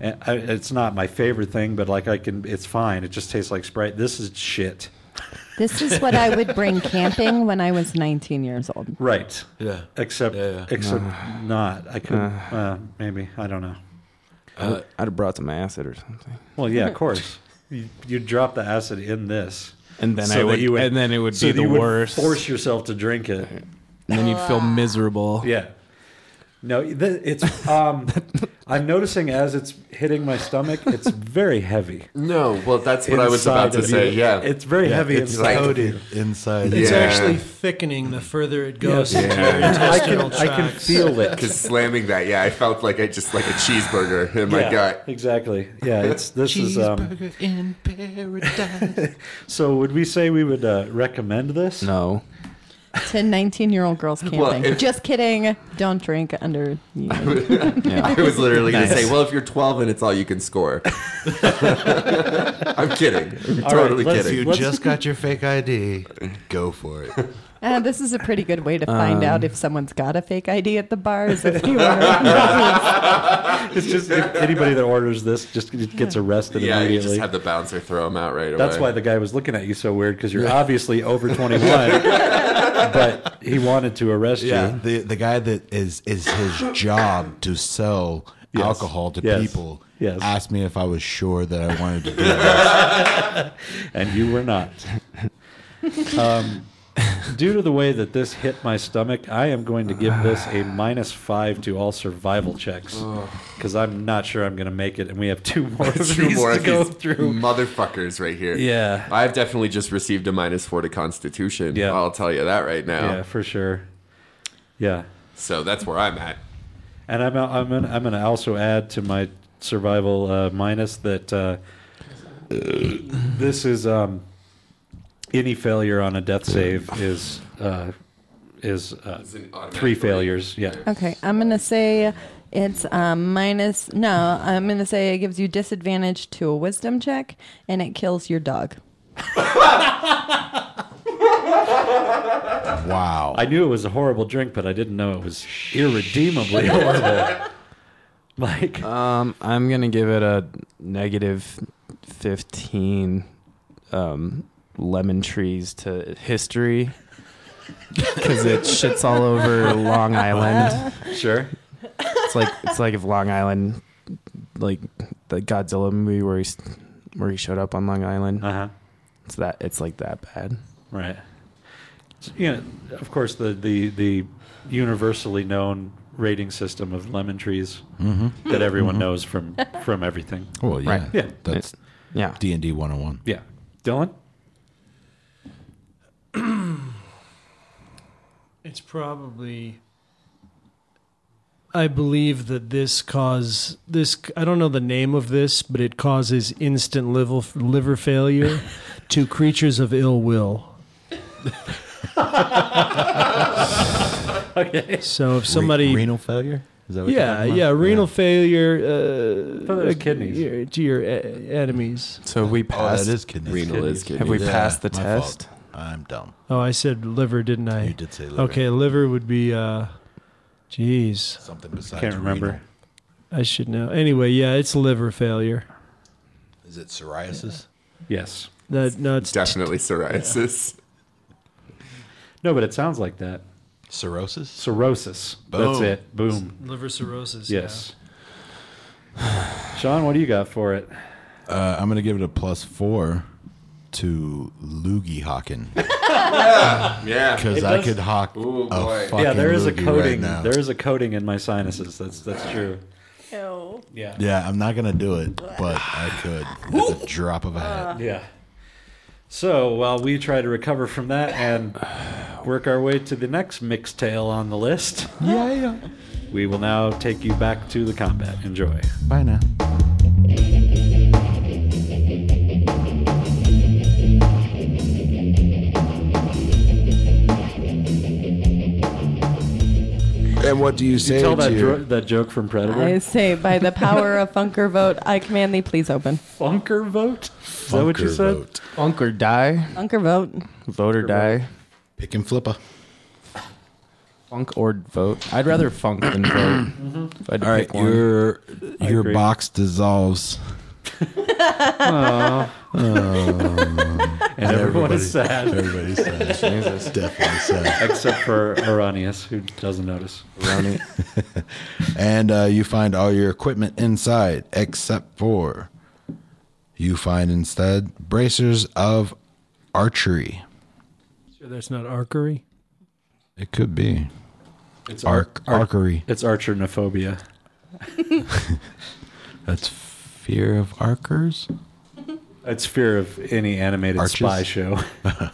Speaker 6: And I, it's not my favorite thing, but like I can it's fine. It just tastes like Sprite. This is shit.
Speaker 8: This is what I would bring camping when I was 19 years old.
Speaker 6: Right. Yeah. Except except not. I could uh, maybe I don't know.
Speaker 7: I'd, I'd have brought some acid or something.
Speaker 6: Well, yeah, of course. You, you drop the acid in this,
Speaker 7: And then I
Speaker 6: that
Speaker 7: would-
Speaker 6: you
Speaker 7: and then it would
Speaker 6: so
Speaker 7: be
Speaker 6: that
Speaker 7: the
Speaker 6: you would
Speaker 7: worst.
Speaker 6: force yourself to drink it, and
Speaker 7: And then you'd feel
Speaker 9: Oh.
Speaker 7: miserable.
Speaker 6: Yeah. No, th- it's. Um, I'm noticing as it's hitting my stomach, it's very heavy.
Speaker 9: No, well, that's what I was about to
Speaker 6: Inside of
Speaker 9: say.
Speaker 6: you.
Speaker 9: Yeah,
Speaker 6: it's very heavy.
Speaker 9: It's
Speaker 6: inside.
Speaker 9: like-
Speaker 5: inside.
Speaker 10: It's
Speaker 9: Yeah.
Speaker 10: actually thickening the further it goes
Speaker 9: Yeah.
Speaker 10: into your intestinal tracts.
Speaker 9: Because slamming that, yeah, I felt like I just like a cheeseburger in my
Speaker 6: Yeah,
Speaker 9: gut.
Speaker 6: Exactly. Yeah, it's this is. Um,
Speaker 5: in paradise.
Speaker 6: so would we say we would uh, recommend this?
Speaker 7: No.
Speaker 8: To 19 year old girls camping.
Speaker 9: Well, if-
Speaker 8: Just kidding. Don't drink under.
Speaker 9: I was literally going to
Speaker 6: Nice.
Speaker 9: say, well, if you're 12 and it's all you can score. I'm kidding. I'm
Speaker 5: All right,
Speaker 9: totally
Speaker 5: let's-
Speaker 9: kidding.
Speaker 5: If you just got your fake ID, go for it.
Speaker 8: Uh, this is a pretty good way to find
Speaker 5: Um,
Speaker 8: out if someone's got a fake ID at the bars. If you are.
Speaker 6: it's just if anybody that orders this just gets arrested
Speaker 9: yeah, you
Speaker 6: immediately.
Speaker 9: just have the bouncer throw him out right
Speaker 6: That's why
Speaker 9: away.
Speaker 6: the guy was looking at you so weird because you're obviously over 21, but he wanted to arrest
Speaker 5: Yeah,
Speaker 6: you.
Speaker 5: the the guy that is is his job to sell
Speaker 6: Yes.
Speaker 5: alcohol to
Speaker 6: Yes.
Speaker 5: people
Speaker 6: Yes.
Speaker 5: asked me if I was sure that I wanted to do this.
Speaker 6: and you were not. Um, due to the way that this hit my stomach, I am going to give this a minus five to all survival checks because I'm not sure I'm going to make it. And we have two more of
Speaker 9: Two
Speaker 6: these
Speaker 9: more
Speaker 6: to
Speaker 9: of
Speaker 6: go
Speaker 9: these
Speaker 6: through.
Speaker 9: motherfuckers right here.
Speaker 6: Yeah.
Speaker 9: I've definitely just received a minus four to Constitution.
Speaker 6: Yeah.
Speaker 9: I'll tell you that right now.
Speaker 6: Yeah, for sure. Yeah.
Speaker 9: So that's where I'm at.
Speaker 6: And I'm I'm gonna, I'm going to also add to my survival uh, minus that uh, this is um, any failure on a death save is uh, is uh, three failures. Yeah.
Speaker 8: okay, I'm going to say it's um, minus. No, I'm going to say it gives you disadvantage to a wisdom check and it kills your dog.
Speaker 5: Wow.
Speaker 6: I knew it was a horrible drink, but I didn't know it was irredeemably horrible. Mike,
Speaker 7: um, I'm gonna give it a negative fifteen. Um, lemon trees to history because it shits all over Long Island.
Speaker 6: Sure.
Speaker 7: It's like it's like if Long Island, like the Godzilla movie where he s- where he showed up on Long Island.
Speaker 6: Uh huh.
Speaker 7: It's that it's like that bad.
Speaker 6: Right. So, you know, of course, the, the, the universally known rating system of lemon trees
Speaker 5: Mhm.
Speaker 6: that everyone
Speaker 5: Mhm.
Speaker 6: knows from from everything.
Speaker 5: Well, yeah,
Speaker 6: Right. Yeah.
Speaker 5: that's
Speaker 7: yeah.
Speaker 5: D and D 101.
Speaker 6: Yeah. Dylan?
Speaker 10: It's probably. I believe that this cause this. I don't know the name of this, but it causes instant liver liver failure to creatures of ill will.
Speaker 6: okay.
Speaker 10: So if somebody
Speaker 5: renal failure, is that what you're
Speaker 10: yeah,
Speaker 5: talking about?
Speaker 10: yeah, renal failure. Uh,
Speaker 6: thought that was
Speaker 10: uh,
Speaker 6: kidneys.
Speaker 10: your- to your e- enemies.
Speaker 7: So have we
Speaker 5: Oh,
Speaker 7: passed.
Speaker 5: that is kidneys.
Speaker 7: Have we
Speaker 5: Yeah,
Speaker 7: passed the
Speaker 5: my fault.
Speaker 7: test?
Speaker 5: I'm dumb.
Speaker 10: Oh, I said liver, didn't I?
Speaker 5: You did say liver.
Speaker 10: Okay, liver would be. uh Jeez,
Speaker 5: Something besides
Speaker 6: Can't remember.
Speaker 10: I should know. Anyway, yeah, it's liver failure.
Speaker 5: renal. Is it psoriasis?
Speaker 6: Yes.
Speaker 10: No, no, it's
Speaker 9: Definitely psoriasis.
Speaker 6: No, but it sounds like that.
Speaker 5: Cirrhosis?
Speaker 6: Cirrhosis. That's
Speaker 5: Boom.
Speaker 6: it. Boom.
Speaker 10: Liver cirrhosis.
Speaker 6: Yes. Sean, what do you got for it?
Speaker 5: Uh, I'm gonna give it a plus four to loogie hawking.
Speaker 9: Yeah.
Speaker 5: Because
Speaker 6: It
Speaker 5: I
Speaker 6: does-
Speaker 5: could hawk
Speaker 9: Ooh,
Speaker 5: a
Speaker 9: boy.
Speaker 5: fucking
Speaker 6: yeah, there is a
Speaker 5: loogie right
Speaker 6: coating.
Speaker 5: now.
Speaker 6: there is a coating in my sinuses. That's that's true.
Speaker 9: Uh.
Speaker 5: Yeah, I'm not gonna do it, but I could. At the drop of a hat.
Speaker 6: Yeah. So while we try to recover from that and work our way to the next mixed tale on the list,
Speaker 12: Yeah, yeah.
Speaker 6: we will now take you back to the combat. Enjoy.
Speaker 12: Bye now.
Speaker 9: And what do you say
Speaker 6: you tell
Speaker 9: to
Speaker 6: that,
Speaker 9: your-
Speaker 6: dro- that joke from Predator?
Speaker 8: I say, by the power of Funker Vote, I command thee, please open.
Speaker 6: Funker Vote?
Speaker 8: Is
Speaker 6: that what you said?
Speaker 7: Funk or die.
Speaker 8: Funker Vote.
Speaker 7: Vote or die.
Speaker 5: Pick and flipper.
Speaker 7: Funk or vote. I'd rather funk than vote.
Speaker 6: Mm-hmm.
Speaker 7: If I had to
Speaker 5: All right,
Speaker 7: pick one.
Speaker 5: your
Speaker 7: I
Speaker 5: your
Speaker 7: agree.
Speaker 5: box dissolves.
Speaker 6: Aw.
Speaker 5: Oh.
Speaker 6: and everyone is sad.
Speaker 5: Everybody's sad. Definitely sad.
Speaker 6: Except for Aranius, who doesn't notice.
Speaker 5: and uh, you find all your equipment inside, except for you find instead bracers of archery.
Speaker 10: Sure, that's not archery.
Speaker 5: It could be.
Speaker 6: It's
Speaker 5: Arc- archery.
Speaker 6: It's archernophobia.
Speaker 5: That's fear of archers.
Speaker 6: It's fear of any animated
Speaker 5: Arches?
Speaker 6: spy show.
Speaker 5: I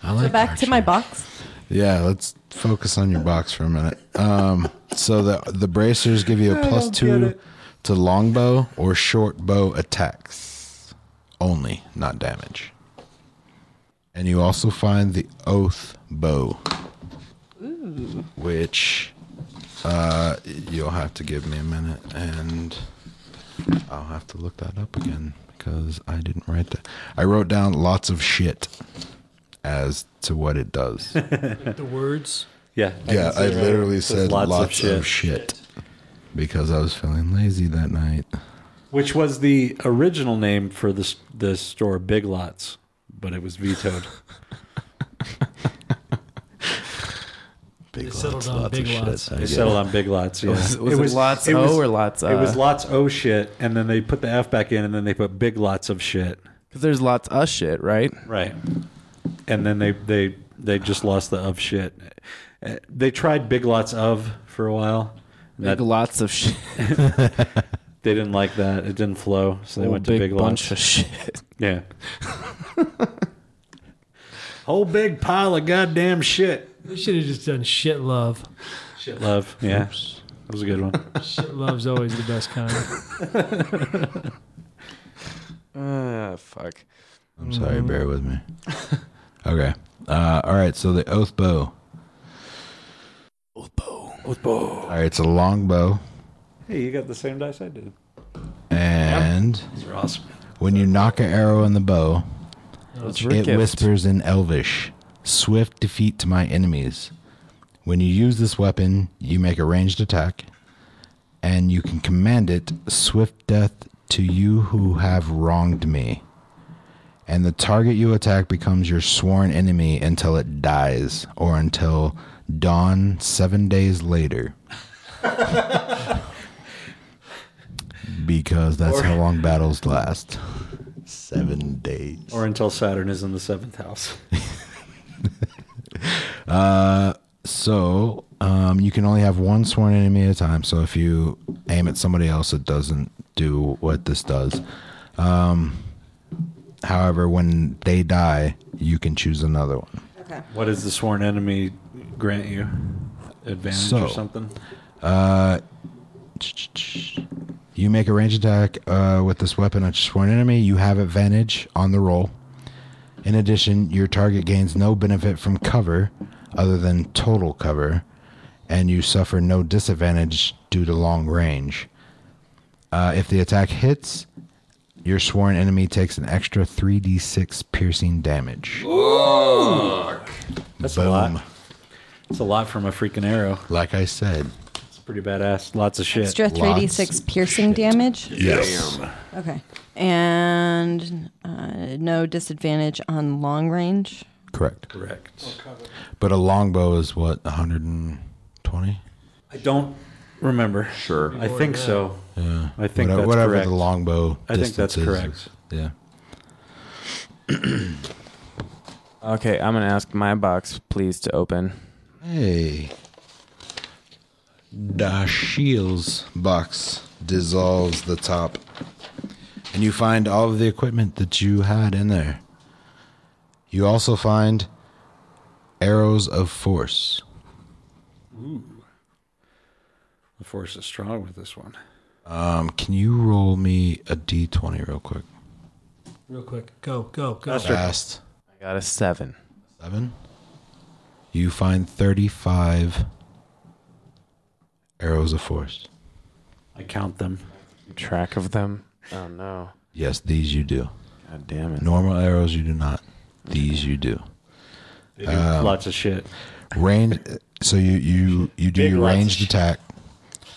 Speaker 8: So
Speaker 5: like
Speaker 8: back to my box.
Speaker 5: Yeah, let's focus on your box for a minute. Um, so the the bracers give you a
Speaker 8: I
Speaker 5: plus
Speaker 8: don't get
Speaker 5: two
Speaker 8: it.
Speaker 5: to longbow or short bow attacks only, not damage. And you also find the oath bow, which uh, you'll have to give me a minute, and I'll have to look that up again because I didn't write that. I wrote down lots of shit as to what it does.
Speaker 10: The words. uh,
Speaker 6: Yeah.
Speaker 5: Yeah, I literally said lots, of, shit. because I was feeling lazy that night.
Speaker 6: Which was the original name for the, s- the store Big Lots, but it was vetoed.
Speaker 5: Big
Speaker 10: settled on big lots.
Speaker 6: They settled on Big Lots. Yeah.
Speaker 7: Was- was it Lots O or Lots
Speaker 6: It was
Speaker 7: A?
Speaker 6: Lots O shit, and then they put the F back in, and then they put Big Lots of shit.
Speaker 7: Because there's lots of shit, right?
Speaker 6: Right. And then they they they just lost the of shit. Uh, They tried Big Lots of for a while. and
Speaker 7: Big lots of shit.
Speaker 6: they didn't like that. It didn't flow, so they
Speaker 7: Whole
Speaker 6: went to
Speaker 7: big
Speaker 6: Big
Speaker 7: bunch
Speaker 6: Lots.
Speaker 7: of shit.
Speaker 6: Yeah. Whole big pile of goddamn shit.
Speaker 10: They should have just done shit love.
Speaker 6: Shit love. Yeah. That was a good one.
Speaker 10: Shit love's always the best kind.
Speaker 7: Uh, fuck. Mm.
Speaker 5: I'm sorry, bear with me. okay. Uh, all right, so the oath bow.
Speaker 6: With bow.
Speaker 5: All right, it's a long bow.
Speaker 6: Hey, you got the same dice I did.
Speaker 5: And
Speaker 6: These are awesome.
Speaker 5: when you knock an arrow in the bow,
Speaker 6: Those were
Speaker 5: it
Speaker 6: gift.
Speaker 5: whispers in Elvish Swift defeat to my enemies. When you use this weapon, you make a ranged attack, and you can command it swift death to you who have wronged me. And the target you attack becomes your sworn enemy until it dies, or until dawn seven days later. because that's how long battles last. Seven days.
Speaker 6: Or until Saturn is in the seventh house.
Speaker 5: Uh, so um, you can only have one sworn enemy at a time. So if you aim at somebody else, it doesn't do what this does. Um, however, when they die, you can choose another one.
Speaker 6: What does the sworn enemy grant you? Advantage
Speaker 5: So,
Speaker 6: or something?
Speaker 5: Uh, you make a range attack uh, with this weapon on your sworn enemy. You have advantage on the roll. In addition, your target gains no benefit from cover other than total cover, and you suffer no disadvantage due to long range. Uh, if the attack hits, your sworn enemy takes an extra 3d6 piercing damage.
Speaker 6: That's
Speaker 5: Boom.
Speaker 6: a lot. That's a lot from a freaking arrow.
Speaker 5: Like I said.
Speaker 6: It's pretty badass. Lots of shit.
Speaker 8: Extra 3d6 piercing damage?
Speaker 5: Yes.
Speaker 8: Okay. And uh, no disadvantage on long range?
Speaker 5: Correct.
Speaker 6: Correct.
Speaker 5: But a longbow is what, 120?
Speaker 6: I don't remember. Sure. I think so.
Speaker 5: Yeah.
Speaker 6: I think
Speaker 5: whatever,
Speaker 6: that's
Speaker 5: whatever
Speaker 6: correct.
Speaker 5: the longbow.
Speaker 6: I think that's
Speaker 5: distance is,
Speaker 6: correct.
Speaker 5: Yeah.
Speaker 7: Okay, I'm gonna ask my box, please, to open.
Speaker 5: Hey. The shields box dissolves the top, and you find all of the equipment that you had in there. You also find arrows of force.
Speaker 6: The force is strong with this one.
Speaker 5: Um, can you roll me a d20 real quick?
Speaker 10: Real quick. Go, go, go.
Speaker 5: Fast.
Speaker 7: I got a seven.
Speaker 5: Seven? You find 35 arrows of force.
Speaker 6: I count them.
Speaker 7: Track of them. Oh no.
Speaker 5: Yes, these you do.
Speaker 7: God damn it.
Speaker 5: Normal arrows you do not. These you do. Um,
Speaker 6: They do lots of shit.
Speaker 5: Range. So you you you do
Speaker 6: Big
Speaker 5: your
Speaker 6: lots of
Speaker 5: ranged
Speaker 6: shit.
Speaker 5: attack,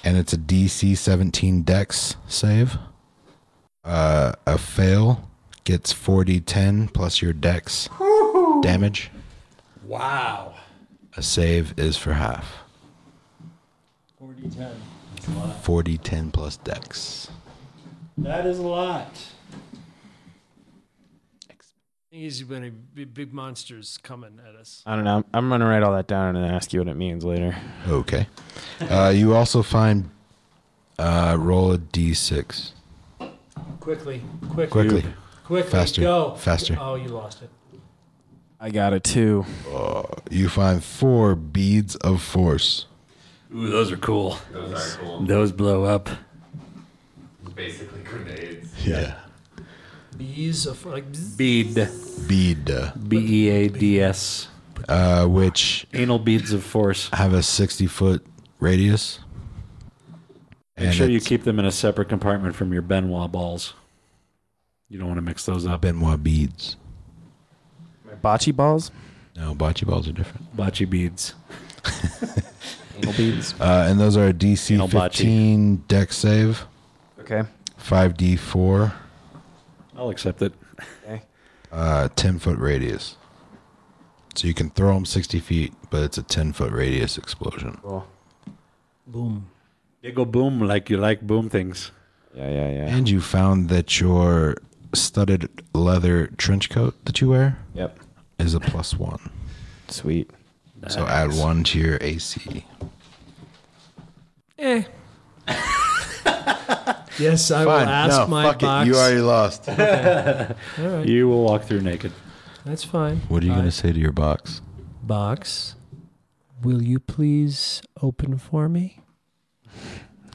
Speaker 5: and it's a DC 17 Dex save. Uh, a fail gets 40 10 plus your Dex damage.
Speaker 4: Wow.
Speaker 5: A save is for half.
Speaker 4: 40 10.
Speaker 5: 40 10 plus Dex.
Speaker 4: That is a lot.
Speaker 10: He's gonna be big monsters coming at us.
Speaker 7: I don't know. I'm, I'm gonna write all that down and ask you what it means later.
Speaker 5: Okay. Uh, you also find uh, roll a d6
Speaker 10: Quickly, quickly,
Speaker 5: quickly.
Speaker 10: quickly.
Speaker 5: Faster.
Speaker 10: Go
Speaker 5: Faster.
Speaker 10: Oh, you lost it.
Speaker 7: I got a two.
Speaker 5: Uh, You find four beads of force.
Speaker 3: Ooh, those are cool.
Speaker 9: Those are cool.
Speaker 3: Those blow up.
Speaker 9: Basically grenades.
Speaker 5: Yeah.
Speaker 10: Bees of like. bzz.
Speaker 6: Bead.
Speaker 5: Bead,
Speaker 6: B E A D S.
Speaker 5: uh, which
Speaker 6: Anal beads of force.
Speaker 5: have a 60 foot radius.
Speaker 6: Make sure you keep them in a separate compartment from your Benoit balls. You don't want to mix those up.
Speaker 5: Benoit beads.
Speaker 7: Bocce balls.
Speaker 5: No, bocce balls are different.
Speaker 6: Bocce beads. Anal beads.
Speaker 5: Uh, and those are a DC
Speaker 6: Anal bocce.
Speaker 5: 15 dex save,
Speaker 7: Okay.
Speaker 5: 5d4,
Speaker 6: I'll accept it.
Speaker 5: uh, 10 foot radius. So you can throw them 60 feet, but it's a 10 foot radius explosion.
Speaker 10: Boom.
Speaker 6: They go boom like you like boom things.
Speaker 7: Yeah, yeah, yeah.
Speaker 5: And you found that your studded leather trench coat that you wear
Speaker 7: Yep.
Speaker 5: is a plus one.
Speaker 7: Sweet.
Speaker 5: So add one to your AC.
Speaker 10: Eh. yes, I will ask my box.
Speaker 5: lost.
Speaker 10: All right,
Speaker 6: You will walk through naked.
Speaker 10: that's fine.
Speaker 5: What are you going
Speaker 10: Bye.
Speaker 5: to say to your box?
Speaker 10: Box, will you please open for me?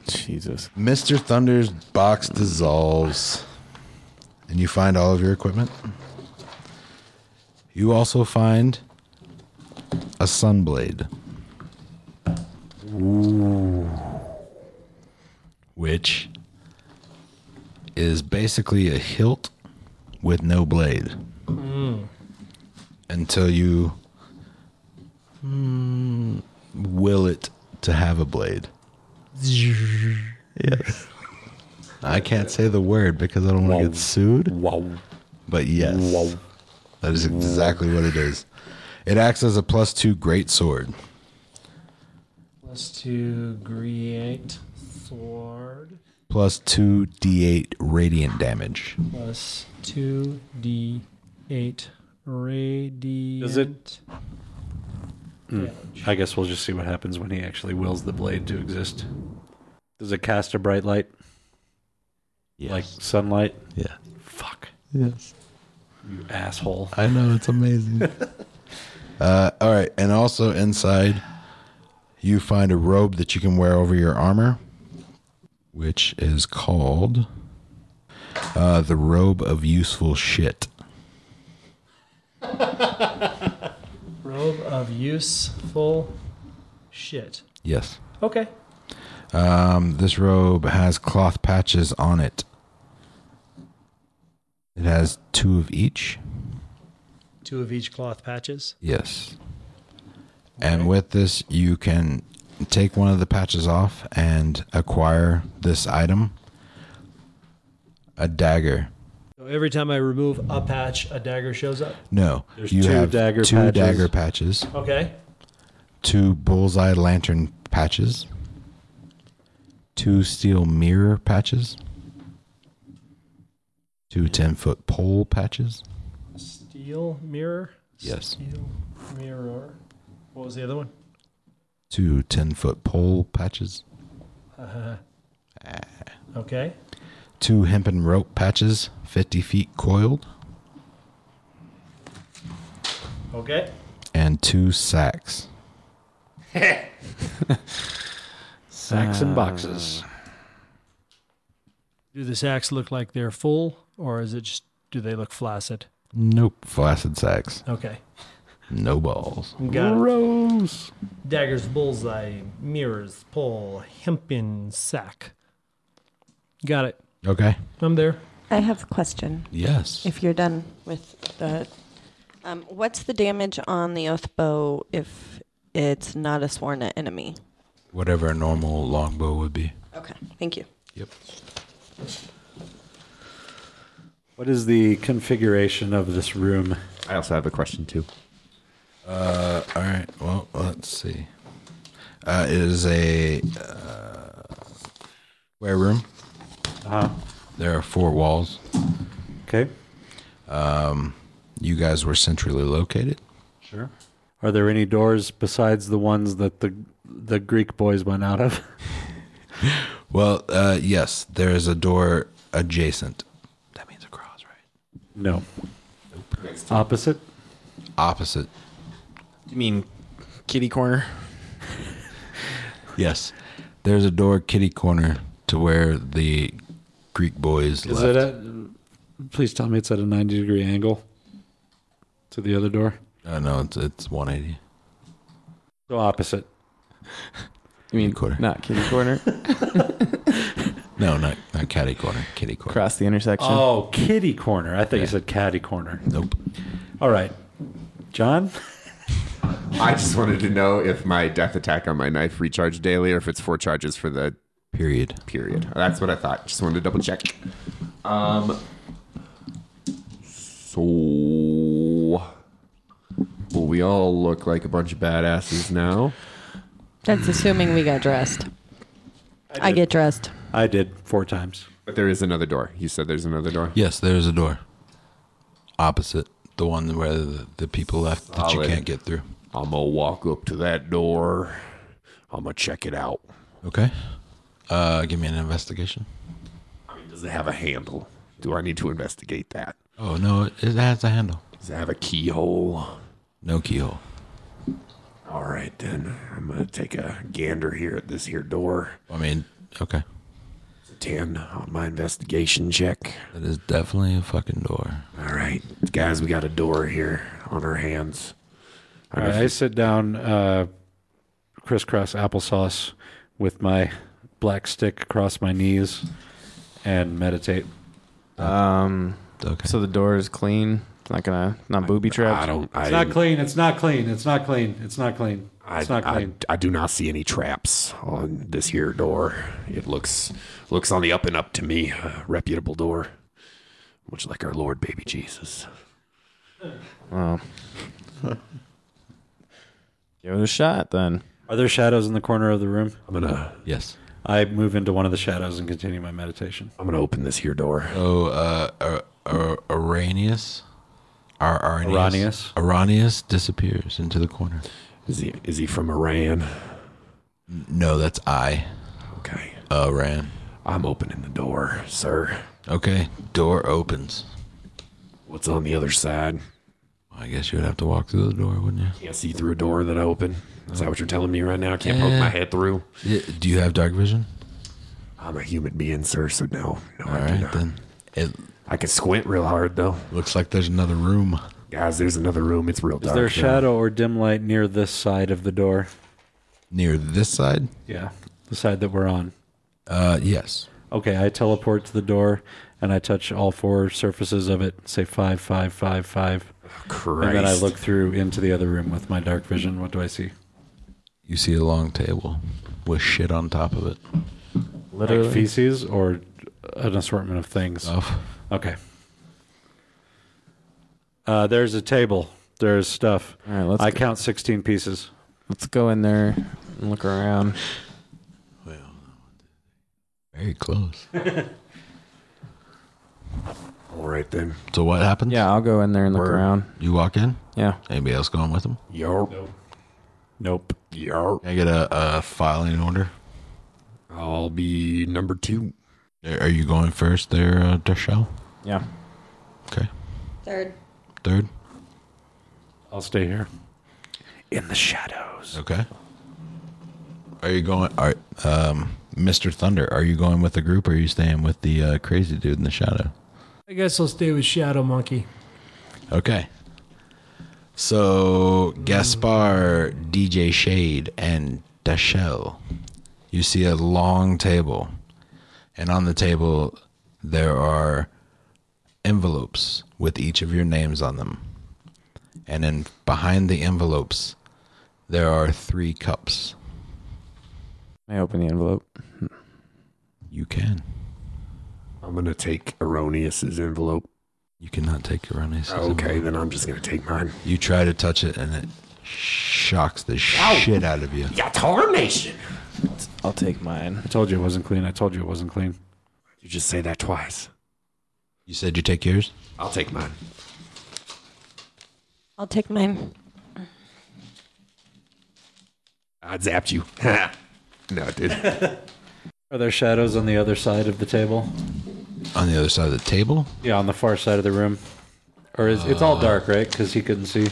Speaker 7: Jesus.
Speaker 5: Mr. Thunder's box dissolves, and you find all of your equipment. You also find a sunblade. Which is basically a hilt with no blade.
Speaker 10: Hmm.
Speaker 5: Until you mm, will it to have a blade. Yes. I can't say the word because I don't want to get sued,
Speaker 6: Wow.
Speaker 5: but yes. That is exactly what it is. It acts as a plus two great sword.
Speaker 10: Plus two, create sword.
Speaker 5: Plus two D8 radiant damage.
Speaker 10: Plus two d eight radiant.
Speaker 6: Does it- Hmm. I guess we'll just see what happens when he actually wills the blade to exist. Does it cast a bright light? Like sunlight?
Speaker 5: Yeah.
Speaker 6: Fuck.
Speaker 5: Yes.
Speaker 6: You asshole.
Speaker 5: I know it's amazing. uh, all right, and also inside, you find a robe that you can wear over your armor, which is called uh, the robe of useful shit.
Speaker 10: Robe of useful shit.
Speaker 5: Yes.
Speaker 10: Okay.
Speaker 5: Um, this robe has cloth patches on it. It has two of each.
Speaker 10: Two of each cloth patches.
Speaker 5: Yes. And with this, you can take one of the patches off and acquire this item a dagger.
Speaker 10: So every time I remove a patch, a dagger shows up.
Speaker 5: No,
Speaker 6: There's
Speaker 5: you
Speaker 6: two
Speaker 5: have
Speaker 6: dagger
Speaker 5: two
Speaker 6: patches.
Speaker 5: dagger patches,
Speaker 10: Okay.
Speaker 5: two bullseye lantern patches, two steel mirror patches, two 10 foot pole patches.
Speaker 10: Steel mirror.
Speaker 5: Yes.
Speaker 10: Steel mirror. What was the other one?
Speaker 5: two 10 foot pole patches, Uh-huh.
Speaker 10: Okay.
Speaker 5: two hempen rope patches, 50 feet coiled,
Speaker 10: Okay.
Speaker 5: and two sacks.
Speaker 6: Sacks
Speaker 5: Uh-huh.
Speaker 6: and boxes.
Speaker 10: Do the sacks look like they're full, or is it just do they look flaccid?
Speaker 5: Nope. Flaccid sacks.
Speaker 10: Okay.
Speaker 5: No balls.
Speaker 10: Got Rose. Daggers, bullseye, mirrors, pole, hempen sack. Got it.
Speaker 5: Okay.
Speaker 10: I'm there.
Speaker 8: I have a question.
Speaker 5: Yes.
Speaker 8: If you're done with the. Um, what's the damage on the oath bow if it's not a sworn enemy?
Speaker 5: Whatever a normal longbow would be.
Speaker 8: Okay, thank you.
Speaker 5: Yep.
Speaker 6: What is the configuration of this room?
Speaker 9: I also have a question too.
Speaker 5: Uh, all right. Well, let's see. Uh, it is a uh, square room.
Speaker 6: Uh-huh.
Speaker 5: There are four walls.
Speaker 6: Okay.
Speaker 5: Um, you guys were centrally located.
Speaker 6: Sure. Are there any doors besides the ones that the the Greek boys went out of?
Speaker 5: Well, uh, yes, there is a door adjacent.
Speaker 6: No. Opposite?
Speaker 5: Opposite.
Speaker 7: You mean kitty corner?
Speaker 5: Yes. There's a door kitty corner to where the Greek boys
Speaker 6: Is
Speaker 5: left.
Speaker 6: it at? Please tell me it's at a ninety degree angle to the other door.
Speaker 5: Uh, no, it's it's 180.
Speaker 6: So opposite.
Speaker 7: You mean not kitty corner?
Speaker 5: No, not not catty corner. Kitty corner.
Speaker 7: Across the intersection.
Speaker 6: Oh, kitty corner. I thought you said caddy corner.
Speaker 5: Nope.
Speaker 6: All right, John.
Speaker 9: I just wanted to know if my death attack on my knife recharged daily or if it's four charges for the
Speaker 5: period.
Speaker 9: Period. That's what I thought. Just wanted to double check. Um. So. Well, we all look like a bunch of badasses now.
Speaker 8: That's assuming we got dressed. I, get dressed.
Speaker 6: I did four times.
Speaker 9: But there is another door. You said there's another door.
Speaker 5: Yes, there's a door. Opposite the one where the, the people left that you
Speaker 9: Solid.
Speaker 5: can't get through.
Speaker 9: I'm gonna walk up to that door. I'm gonna check it out.
Speaker 5: Okay. Uh, give me an investigation.
Speaker 9: I mean, does it have a handle? Do I need to investigate that?
Speaker 5: Oh no, it, it has a handle.
Speaker 9: Does it have a keyhole?
Speaker 5: No keyhole.
Speaker 9: All right then. I'm gonna take a gander here at this here door.
Speaker 5: I mean, okay.
Speaker 9: It's a ten on my investigation check.
Speaker 5: That is definitely a fucking door.
Speaker 9: All right, guys, we got a door here on our hands.
Speaker 6: All right, I sit down, uh, crisscross applesauce, with my black stick across my knees, and meditate.
Speaker 7: Um.
Speaker 5: Okay.
Speaker 7: So the door is clean. It's not gonna not booby trapped.
Speaker 9: I don't. I,
Speaker 6: It's not clean. It's not clean. It's not clean. It's not clean.
Speaker 9: I,
Speaker 6: It's not
Speaker 9: I-
Speaker 6: clean.
Speaker 9: I do not see any traps on this here door. It looks looks on the up and up to me. A reputable door, much like our Lord, baby Jesus.
Speaker 7: Oh. Give it a shot then.
Speaker 6: Are there shadows in the corner of the room?
Speaker 9: I'm gonna
Speaker 5: Yes.
Speaker 6: I move into one of the shadows and continue my meditation.
Speaker 9: I'm gonna open this here door.
Speaker 5: So, uh, Ar- Ar- Arrhenius, Ar- Arrhenius,
Speaker 6: Arrhenius.
Speaker 5: Arrhenius disappears into the corner.
Speaker 9: Is he is he from Iran?
Speaker 5: No, that's I.
Speaker 9: Okay,
Speaker 5: Iran.
Speaker 9: I'm opening the door, sir.
Speaker 5: Okay. Door opens.
Speaker 9: What's on the other side?
Speaker 5: I guess you would have to walk through the door, wouldn't you?
Speaker 9: Can't see through a door that I open. Is that what you're telling me right now? I can't poke
Speaker 5: Yeah.
Speaker 9: my head through.
Speaker 5: Eh. Yeah, Do you have dark vision?
Speaker 9: I'm a human being, sir, so no, no,
Speaker 5: All
Speaker 9: I do
Speaker 5: right
Speaker 9: not.
Speaker 5: then. It
Speaker 9: I can squint real hard though.
Speaker 5: looks like there's another room.
Speaker 9: Guys, there's another room. It's real
Speaker 6: Is
Speaker 9: dark.
Speaker 6: there a
Speaker 9: here.
Speaker 6: shadow or dim light near this side of the door?
Speaker 5: Near this side?
Speaker 6: Yeah, the side that we're on.
Speaker 5: Uh, yes.
Speaker 6: Okay, I teleport to the door and I touch all four surfaces of it. Say five, five, five, five,
Speaker 9: Christ.
Speaker 6: and then I look through into the other room with my dark vision. What do I see?
Speaker 5: You see a long table with shit on top of it.
Speaker 6: Like
Speaker 7: Literally.
Speaker 6: feces or an assortment of things.
Speaker 5: Stuff.
Speaker 6: Okay. Uh, there's a table. There's stuff.
Speaker 7: All right. Let's
Speaker 6: I
Speaker 7: go,
Speaker 6: count sixteen pieces.
Speaker 7: let's go in there and look around.
Speaker 5: Very close.
Speaker 9: All right then.
Speaker 5: So what happens?
Speaker 7: Yeah, I'll go in there and look
Speaker 9: Word.
Speaker 7: around.
Speaker 5: You walk in.
Speaker 7: Yeah.
Speaker 5: Anybody else going with them?
Speaker 9: Yarp.
Speaker 6: Nope.
Speaker 9: Yarp.
Speaker 5: Can I get a, a filing order?
Speaker 9: I'll be number two.
Speaker 5: Are are you going first there, uh, Dershell?
Speaker 7: Yeah.
Speaker 5: Okay.
Speaker 8: Third.
Speaker 5: Third?
Speaker 6: I'll stay here.
Speaker 5: In the shadows. Okay. Are you going? Are um, Mr. Thunder? Are you going with the group? or Are you staying with the uh, crazy dude in the shadow?
Speaker 10: I guess I'll stay with Shadow Monkey.
Speaker 5: Okay. So Gaspar, DJ Shade, and Dashell, you see a long table, and on the table there are envelopes with each of your names on them, and then behind the envelopes there are three cups.
Speaker 7: I open the envelope.
Speaker 5: You can.
Speaker 9: I'm gonna take erroneous's envelope. Oh,
Speaker 5: You cannot take erroneous's.
Speaker 9: Okay, then I'm just gonna take mine.
Speaker 5: You try to touch it, and it shocks the
Speaker 9: Ow.
Speaker 5: shit out of you.
Speaker 9: Tarnation.
Speaker 7: I'll take mine.
Speaker 6: I told you it wasn't clean. I told you it wasn't clean.
Speaker 9: You just say that twice.
Speaker 5: You said you take yours.
Speaker 9: I'll take mine.
Speaker 8: I'll take mine.
Speaker 9: I zapped you. no, it didn't.
Speaker 6: Are there shadows on the other side of the table?
Speaker 5: On the other side of the table?
Speaker 6: Yeah, on the far side of the room. Or is it's all
Speaker 5: Uh.
Speaker 6: dark, right? Because he couldn't see.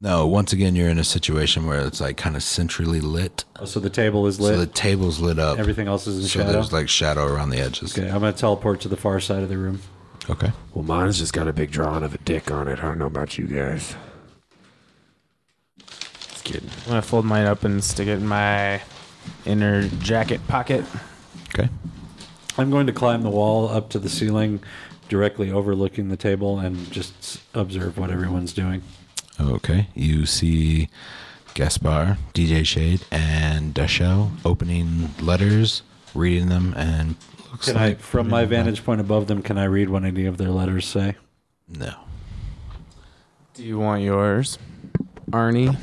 Speaker 5: No, once again, you're in a situation where it's like kind of centrally lit.
Speaker 6: Oh, so the table is
Speaker 5: So
Speaker 6: lit.
Speaker 5: the table's lit up.
Speaker 6: Everything else is in
Speaker 5: so
Speaker 6: shadow.
Speaker 5: there's like shadow around the edges.
Speaker 6: Okay, I'm gonna teleport to the far side of the room.
Speaker 5: Okay.
Speaker 9: Well, mine's just got a big drawing of a dick on it. I don't know about you guys. Just kidding.
Speaker 7: I'm gonna fold mine up and stick it in my inner jacket pocket.
Speaker 5: Okay.
Speaker 6: I'm going to climb the wall up to the ceiling, directly overlooking the table, and just s- observe what everyone's doing.
Speaker 5: Okay. You see Gaspar, DJ Shade, and Dashell opening letters, reading them, and looks
Speaker 6: Can I,
Speaker 5: like
Speaker 6: from my vantage point above them, can I read what any of their letters say?
Speaker 5: No.
Speaker 7: Do you want yours, Arnie?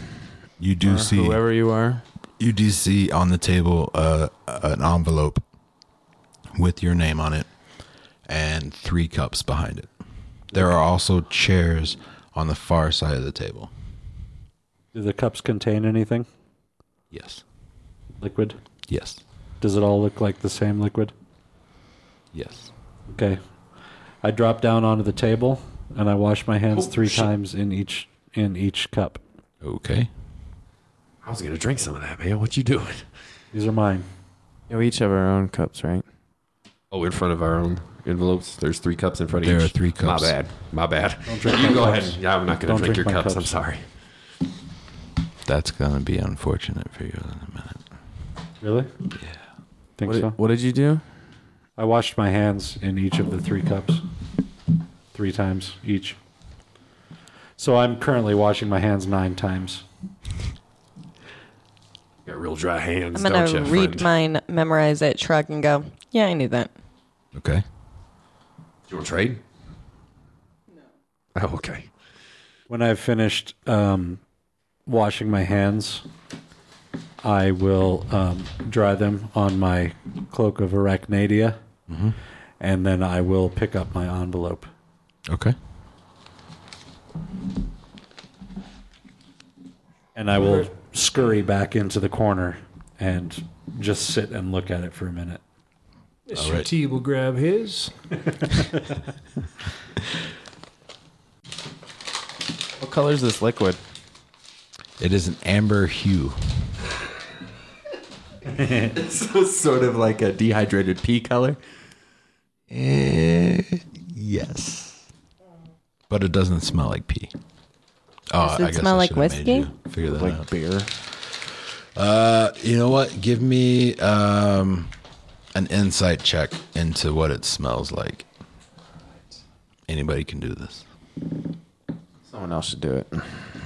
Speaker 5: You do
Speaker 7: Or
Speaker 5: see
Speaker 7: whoever you are.
Speaker 5: You do see on the table uh, an envelope with your name on it and three cups behind it. There are also chairs on the far side of the table.
Speaker 6: Do the cups contain anything?
Speaker 5: Yes.
Speaker 6: Liquid?
Speaker 5: Yes.
Speaker 6: Does it all look like the same liquid?
Speaker 5: Yes.
Speaker 6: Okay. I drop down onto the table and I wash my hands
Speaker 5: Oh,
Speaker 6: three times in each in each cup.
Speaker 5: Okay.
Speaker 9: I was gonna drink some of that, man. What you doing?
Speaker 6: These are mine.
Speaker 7: Yeah, we each have our own cups, right?
Speaker 9: Oh, in front of our own envelopes. There's three cups in front of
Speaker 5: There
Speaker 9: each.
Speaker 5: are three cups.
Speaker 9: My bad. My bad.
Speaker 6: Don't drink
Speaker 9: you
Speaker 6: my
Speaker 9: go
Speaker 6: cups.
Speaker 9: ahead. Yeah, I'm not gonna
Speaker 6: Don't
Speaker 9: drink,
Speaker 6: drink
Speaker 9: your
Speaker 6: my
Speaker 9: cups. I'm
Speaker 6: cups.
Speaker 9: sorry.
Speaker 5: That's going to be unfortunate for you in a minute.
Speaker 6: Really? Yeah. Think
Speaker 7: What did,
Speaker 6: so?
Speaker 7: what did you do?
Speaker 6: I washed my hands in each of the three cups. Three times each. So I'm currently washing my hands nine times.
Speaker 9: You got real dry hands,
Speaker 8: I'm gonna
Speaker 9: don't you?
Speaker 8: read
Speaker 9: friend?
Speaker 8: mine, memorize it, shrug, and go. Yeah, I knew that.
Speaker 5: Okay.
Speaker 9: You want to trade? No. Oh, okay.
Speaker 6: When I've finished um, washing my hands, I will um, dry them on my cloak of arachnadia,
Speaker 5: Mm-hmm.
Speaker 6: and then I will pick up my envelope.
Speaker 5: Okay.
Speaker 6: And I will scurry back into the corner and just sit and look at it for a minute.
Speaker 10: Mr.
Speaker 5: right.
Speaker 10: T will grab his.
Speaker 7: What color is this liquid?
Speaker 5: It is an amber hue.
Speaker 9: so sort of like a dehydrated pea color.
Speaker 5: Eh, yes. But it doesn't smell like pee. Oh,
Speaker 8: Does it smell like
Speaker 5: should have made
Speaker 8: whiskey?
Speaker 5: you Figure that out.
Speaker 9: Like beer.
Speaker 5: Uh, you know what? Give me um, an insight check into what it smells like. Anybody can do this.
Speaker 7: Someone else should do it.
Speaker 9: Let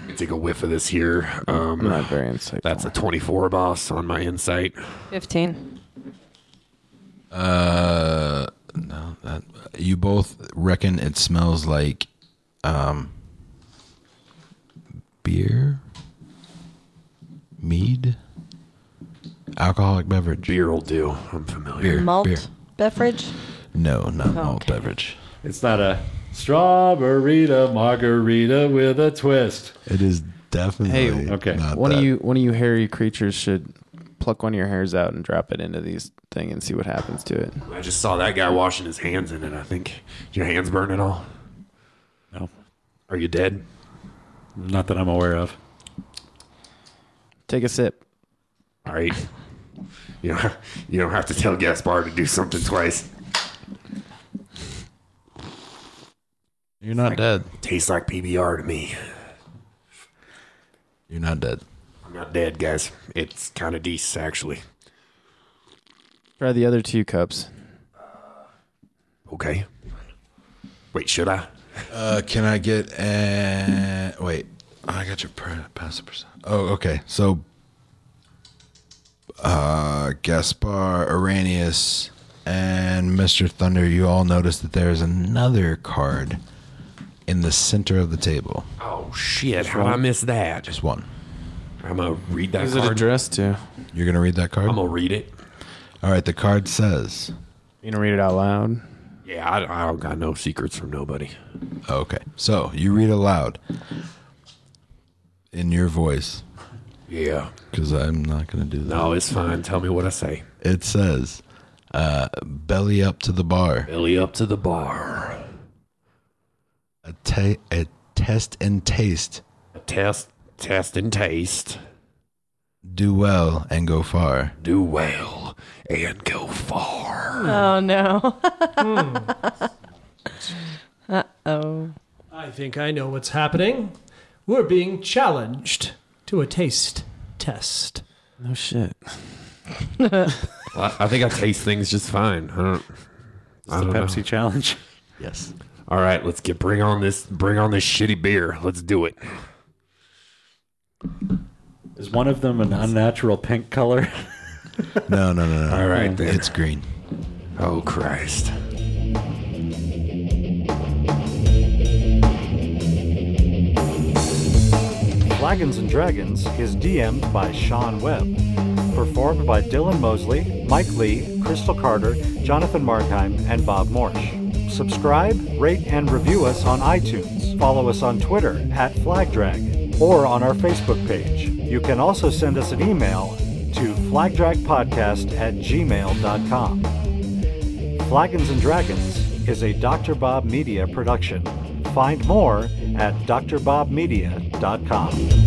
Speaker 9: me take a whiff of this here.
Speaker 7: I'm
Speaker 9: Um,
Speaker 7: not very insightful.
Speaker 9: that's a 24 boss on my insight.
Speaker 8: Fifteen.
Speaker 5: Uh, no, that you both reckon it smells like um, beer, mead, alcoholic beverage.
Speaker 9: Beer will do. I'm familiar.
Speaker 5: Beer,
Speaker 8: Malt
Speaker 5: beer.
Speaker 8: beverage.
Speaker 5: No, not malt
Speaker 8: Okay.
Speaker 5: beverage.
Speaker 6: It's not a strawberry margarita with a twist.
Speaker 5: It is definitely
Speaker 7: Hey,
Speaker 6: okay.
Speaker 5: Not
Speaker 7: One
Speaker 5: that.
Speaker 7: of you, one of you hairy creatures should pluck one of your hairs out and drop it into these thing and see what happens to it.
Speaker 9: I just saw that guy washing his hands in it. I think Did your hands burn at all.
Speaker 6: No.
Speaker 13: Are you dead? Not that I'm aware of.
Speaker 7: Take a sip.
Speaker 9: All right. You don't, have, you don't have to tell Gaspar to do something twice.
Speaker 5: You're not dead.
Speaker 9: Tastes like PBR to me.
Speaker 5: You're not dead.
Speaker 9: I'm not dead, guys. It's kind of decent, actually.
Speaker 7: Try the other two cups.
Speaker 9: Okay. Wait, should I?
Speaker 5: Uh, can I get a wait? I got your per- passive percent. Oh, okay. So, uh, Gaspar, Arrhenius, and Mister Thunder, you all notice that there is another card in the center of the table.
Speaker 9: Oh shit! How I miss that?
Speaker 5: Just one.
Speaker 9: I'm gonna read that
Speaker 7: Who's it
Speaker 9: card.
Speaker 7: addressed to?
Speaker 5: You're gonna read that card.
Speaker 9: I'm gonna read it.
Speaker 5: All right. The card says.
Speaker 7: You gonna read it out loud?
Speaker 9: Yeah, I, I don't got no secrets from nobody.
Speaker 5: Okay. So you read aloud in your voice
Speaker 9: Yeah.
Speaker 5: because I'm not gonna do that.
Speaker 9: No, it's fine. Tell me what I say.
Speaker 5: It says, uh, belly up to the bar.
Speaker 9: Belly up to the bar.
Speaker 5: A, ta- a test and taste.
Speaker 9: Test, test, and taste.
Speaker 5: Do well and go far.
Speaker 9: Do well and go far.
Speaker 14: Oh no.
Speaker 8: Hmm.
Speaker 14: uh oh.
Speaker 10: I think I know what's happening. We're being challenged to a taste test.
Speaker 7: No shit.
Speaker 9: I, I think I taste things just fine. I don't. I
Speaker 13: The
Speaker 9: don't
Speaker 13: Pepsi
Speaker 9: know.
Speaker 13: challenge.
Speaker 5: Yes.
Speaker 9: All right, let's get bring on this. Bring on this shitty beer. Let's do it.
Speaker 13: Is one of them an unnatural pink color?
Speaker 5: No, no, no, no.
Speaker 9: All right then.
Speaker 5: It's green.
Speaker 9: Oh Christ.
Speaker 6: Flagons and Dragons is DM'd by Sean Webb. Performed by Dylan Mosley, Mike Lee, Crystal Carter, Jonathan Markheim, and Bob Morsch. Subscribe, rate, and review us on iTunes. Follow us on Twitter at FlagDrag or on our Facebook page. You can also send us an email to flagdragpodcast at gmail.com. Flagons and Dragons is a Dr. Bob Media production. Find more at drbobmedia.com.